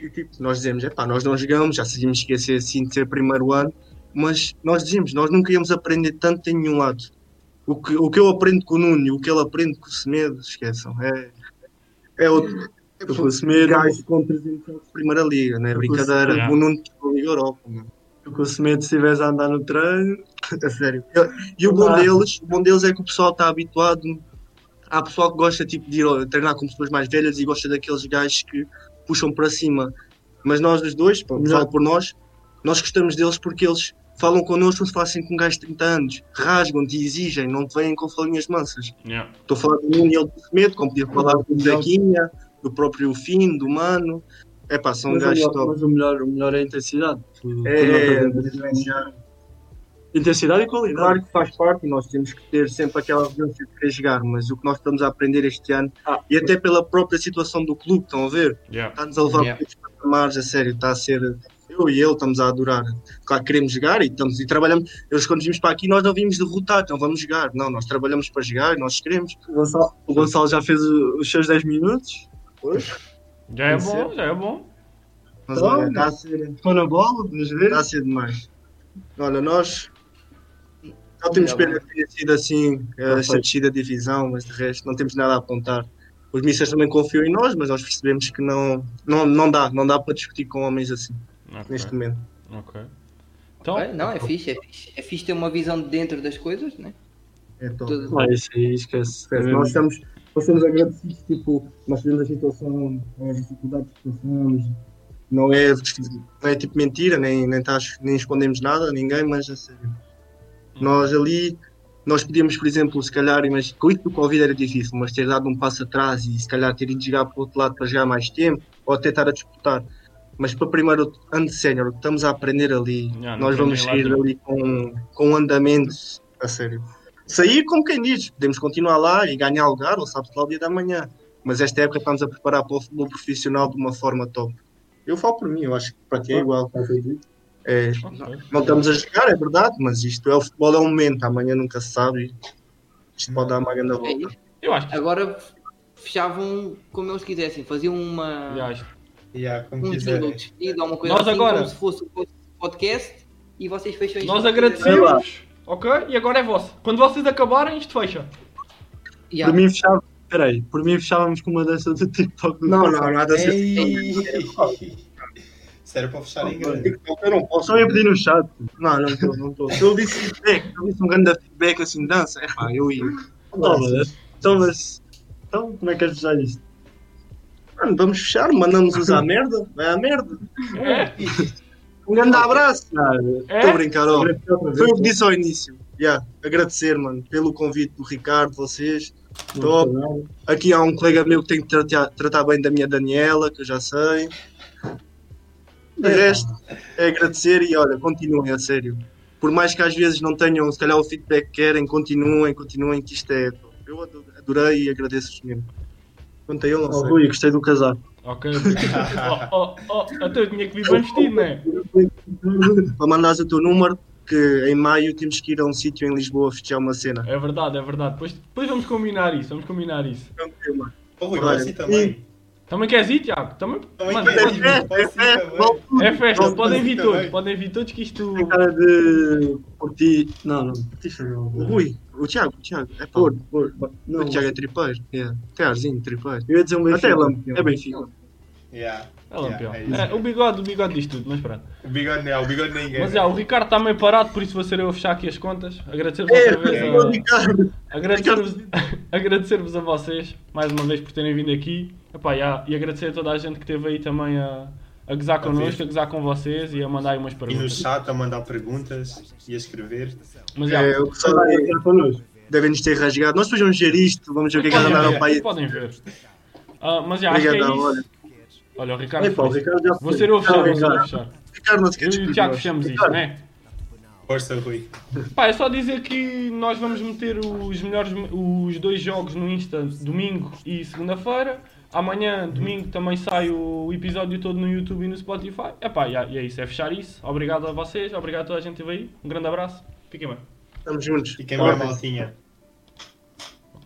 S6: e tipo, nós dizemos, é pá, nós não jogamos, já decidimos esquecer assim de ser primeiro ano, mas nós dizemos, nós nunca íamos aprender tanto em nenhum lado. O que, o que eu aprendo com o Nuno e o que ele aprende com o Semedo, esqueçam, é, é outro. O
S4: é,
S6: Semedo,
S7: Gajo com 300 euros.
S6: Primeira Liga, não é brincadeira.
S3: Yeah.
S6: O Nuno que Liga Europa, mano.
S4: Eu com o Semedo, se estivesse a andar no treino.
S6: A sério. E o bom deles, o bom deles é que o pessoal está habituado. Há pessoal que gosta tipo, de ir ao- treinar com pessoas mais velhas e gosta daqueles gajos que puxam para cima. Mas nós os dois, pá, o pessoal por nós, nós gostamos deles porque eles falam connosco como se falassem com um gajo de 30 anos, rasgam-te e exigem, não te vêm com falinhas mansas.
S3: yeah.
S6: Estou a falar do Nuno e ele do Semedo, como podia falar do
S4: é
S6: Zequinha, do próprio Fim, do Mano. É pá, são
S4: Mas o
S6: gajos
S4: melhor-
S6: top.
S4: mas o melhor, o melhor é a intensidade. Tu- tu não
S6: É, é,
S4: perdes. Intensidade e qualidade.
S6: Claro que faz parte, nós temos que ter sempre aquela urgência de querer jogar, mas o que nós estamos a aprender este ano,
S4: Ah.
S6: e até pela própria situação do clube, estão a ver?
S3: Yeah.
S6: Está-nos a levar
S1: Yeah.
S6: para para patamares, a sério, está a ser. Eu e ele estamos a adorar. Claro que queremos jogar e, estamos, e trabalhamos. Eles, quando vimos para aqui, nós não vimos derrotar, não vamos jogar. Não, nós trabalhamos para jogar, nós queremos.
S4: O Gonçalo, o Gonçalo já fez o- os seus 10 minutos.
S3: Já é bom, já é bom.
S6: Mas
S4: Então,
S6: olha, está a ser,
S4: Ficou na bola, vamos ver.
S6: está a ser demais. Olha, nós. Não temos pena de ter sido assim, eh, esta descida de divisão, mas de resto não temos nada a apontar. Os mísseis também confiam em nós, mas nós percebemos que não, não, não dá, não dá para discutir com homens assim, neste
S3: Ok.
S6: momento.
S3: ok. Então,
S2: Ok? Não, é fixe, é fixe. É fixe ter uma visão de dentro das coisas, né?
S6: É top.
S2: Tudo-
S4: Ah, isso aí, esquece.
S6: Esquece, Nós estamos,
S7: Nós somos agradecidos, tipo, nós sabemos a situação,
S6: é,
S7: as dificuldades que passamos.
S6: não, é, não é tipo mentira, nem, nem, tá, nem escondemos nada a ninguém, mas a sério. Nós ali, nós podíamos, por exemplo, se calhar, mas com isto do Covid era difícil, mas ter dado um passo atrás e se calhar ter ido jogar para o outro lado para jogar mais tempo, ou até estar a disputar. Mas para o primeiro ano de sénior, o que estamos a aprender ali,
S3: Yeah, não
S6: nós vamos
S3: aprendem
S6: sair
S3: lá
S6: ali com, com um andamento, a sério. Sair como quem diz, podemos continuar lá e ganhar lugar, ou sabe-se lá o dia da manhã. Mas esta época estamos a preparar para o futebol profissional de uma forma top. Eu falo por mim, eu acho que para ti é igual. É,
S3: ok.
S6: não estamos a jogar, é verdade, mas isto é o futebol, é um momento, amanhã nunca se sabe. e Isto pode dar uma grande
S3: Então.
S2: É
S6: volta.
S2: isso.
S3: Eu acho que.
S2: Agora fechavam como eles quisessem, faziam uma.
S3: eu acho que-
S5: Yeah, como
S2: um jingle
S5: quiserem.
S2: despedido ou uma coisa
S3: Nós
S2: assim,
S3: agora-
S2: como se fosse um podcast e vocês fecham isto.
S3: Nós agradecemos. Ok? E agora é vosso. Quando vocês acabarem, isto fecha.
S2: Yeah.
S4: Por mim fechava. Peraí, por mim fechávamos com uma dança do TikTok. do
S6: Não,
S4: Gonçalo.
S6: não, nada a ser.
S5: Isso era para fechar em grande.
S6: Eu não posso.
S4: Só ia pedir no chat.
S6: Não, não estou, não estou. Se eu disse feedback, se eu disse um grande feedback assim, dança, é pá, eu ia.
S4: Não, mas- Então, mas. Então, como é que queres fechar isto?
S6: Mano, vamos fechar, mandamos usar a merda, vai à merda.
S3: É?
S6: Um grande abraço. Estou a
S3: É?
S6: brincar, ó.
S4: Agradecer outra vez. né?
S6: Foi o que disse ao início. Yeah, agradecer, mano, pelo convite do Ricardo, vocês. Top. Aqui há um colega meu que tem que tratar, tratar bem da minha Daniela, que eu já sei. De resto, é agradecer e olha, continuem, a sério. Por mais que às vezes não tenham, se calhar, o feedback que querem, continuem, continuem, que isto é. top. Eu ado- adorei e agradeço-vos mesmo. Quanto a ele, não
S4: Oh,
S6: sei.
S4: Rui, gostei do casaco.
S3: Ok. Oh, oh, oh. Até eu tinha que vir bem vestido, né?
S6: Para mandares o teu número, que em maio temos que ir a um sítio em Lisboa fechar uma cena.
S3: É verdade, é verdade. Depois, depois vamos combinar isso, vamos combinar isso.
S5: Ô, Rui,
S6: Olha,
S5: posso ir também?
S3: Também queres ir, Tiago? Também,
S5: Também
S3: Mano,
S5: quero
S3: pode-
S5: ir.
S6: É festa, vale tudo.
S3: é festa,
S6: Nós
S3: podem vir
S5: também. É,
S3: todos, podem vir todos que isto.
S4: Tem cara de. Curti. Não, não.
S6: O Rui, o Tiago, o Tiago, é pá.
S4: Gordo, gordo.
S6: o
S4: Não,
S6: Tiago é tripeiro, yeah. tem arzinho de tripeiro.
S4: eu ia dizer um beijo.
S6: Até ele
S4: É
S6: é
S4: bem
S6: Benfica.
S5: Yeah.
S3: É lampião.
S5: Yeah, é isso.
S3: É, o bigode, o bigode diz tudo, mas pronto.
S5: O bigode não, o bigode é. ninguém.
S3: Mas é já, o Ricardo está meio parado, por isso vou ser eu a fechar aqui as contas. Agradecer-vos
S6: É,
S3: outra vez
S6: o Ricardo.
S3: a, agradecer-vos, agradecer-vos a vocês mais uma vez por terem vindo aqui. Epá, já, e agradecer a toda a gente que esteve aí também a, a gozar connosco, a gozar com vocês e a mandar aí umas
S5: E no
S3: perguntas.
S5: chat a mandar perguntas e a escrever.
S3: Mas já,
S6: É, o pessoal deve- deve-nos ter rasgado. Nós depois vamos ver isto, vamos ver o que é que
S3: podem,
S6: andaram
S3: ver,
S6: para aí.
S3: podem ver. Ah, mas já, acho que é
S6: Obrigadão,
S3: isso.
S6: olha.
S3: Olha, o Ricardo.
S6: Ei, pá, o
S3: fez.
S6: Ricardo já
S3: Vou
S6: foi.
S3: ser eu a fechar,
S6: Não,
S3: vou ser eu a
S6: Ricardo.
S3: fechar.
S6: Ricardo não se quer
S3: Eu e o
S6: despedir,
S3: Tiago
S6: nós.
S3: fechamos isto,
S6: Ricardo,
S3: não é?
S5: Força, Rui.
S3: Pá, é só dizer que nós vamos meter os melhores os dois jogos no Insta domingo e segunda-feira. Amanhã, domingo, também sai o episódio todo no YouTube e no Spotify. Epá, e é e é isso, é fechar isso. Obrigado a vocês, obrigado a toda a gente que veio aí. Um grande abraço, fiquem bem.
S6: Estamos juntos.
S5: Fiquem bem, maltinha.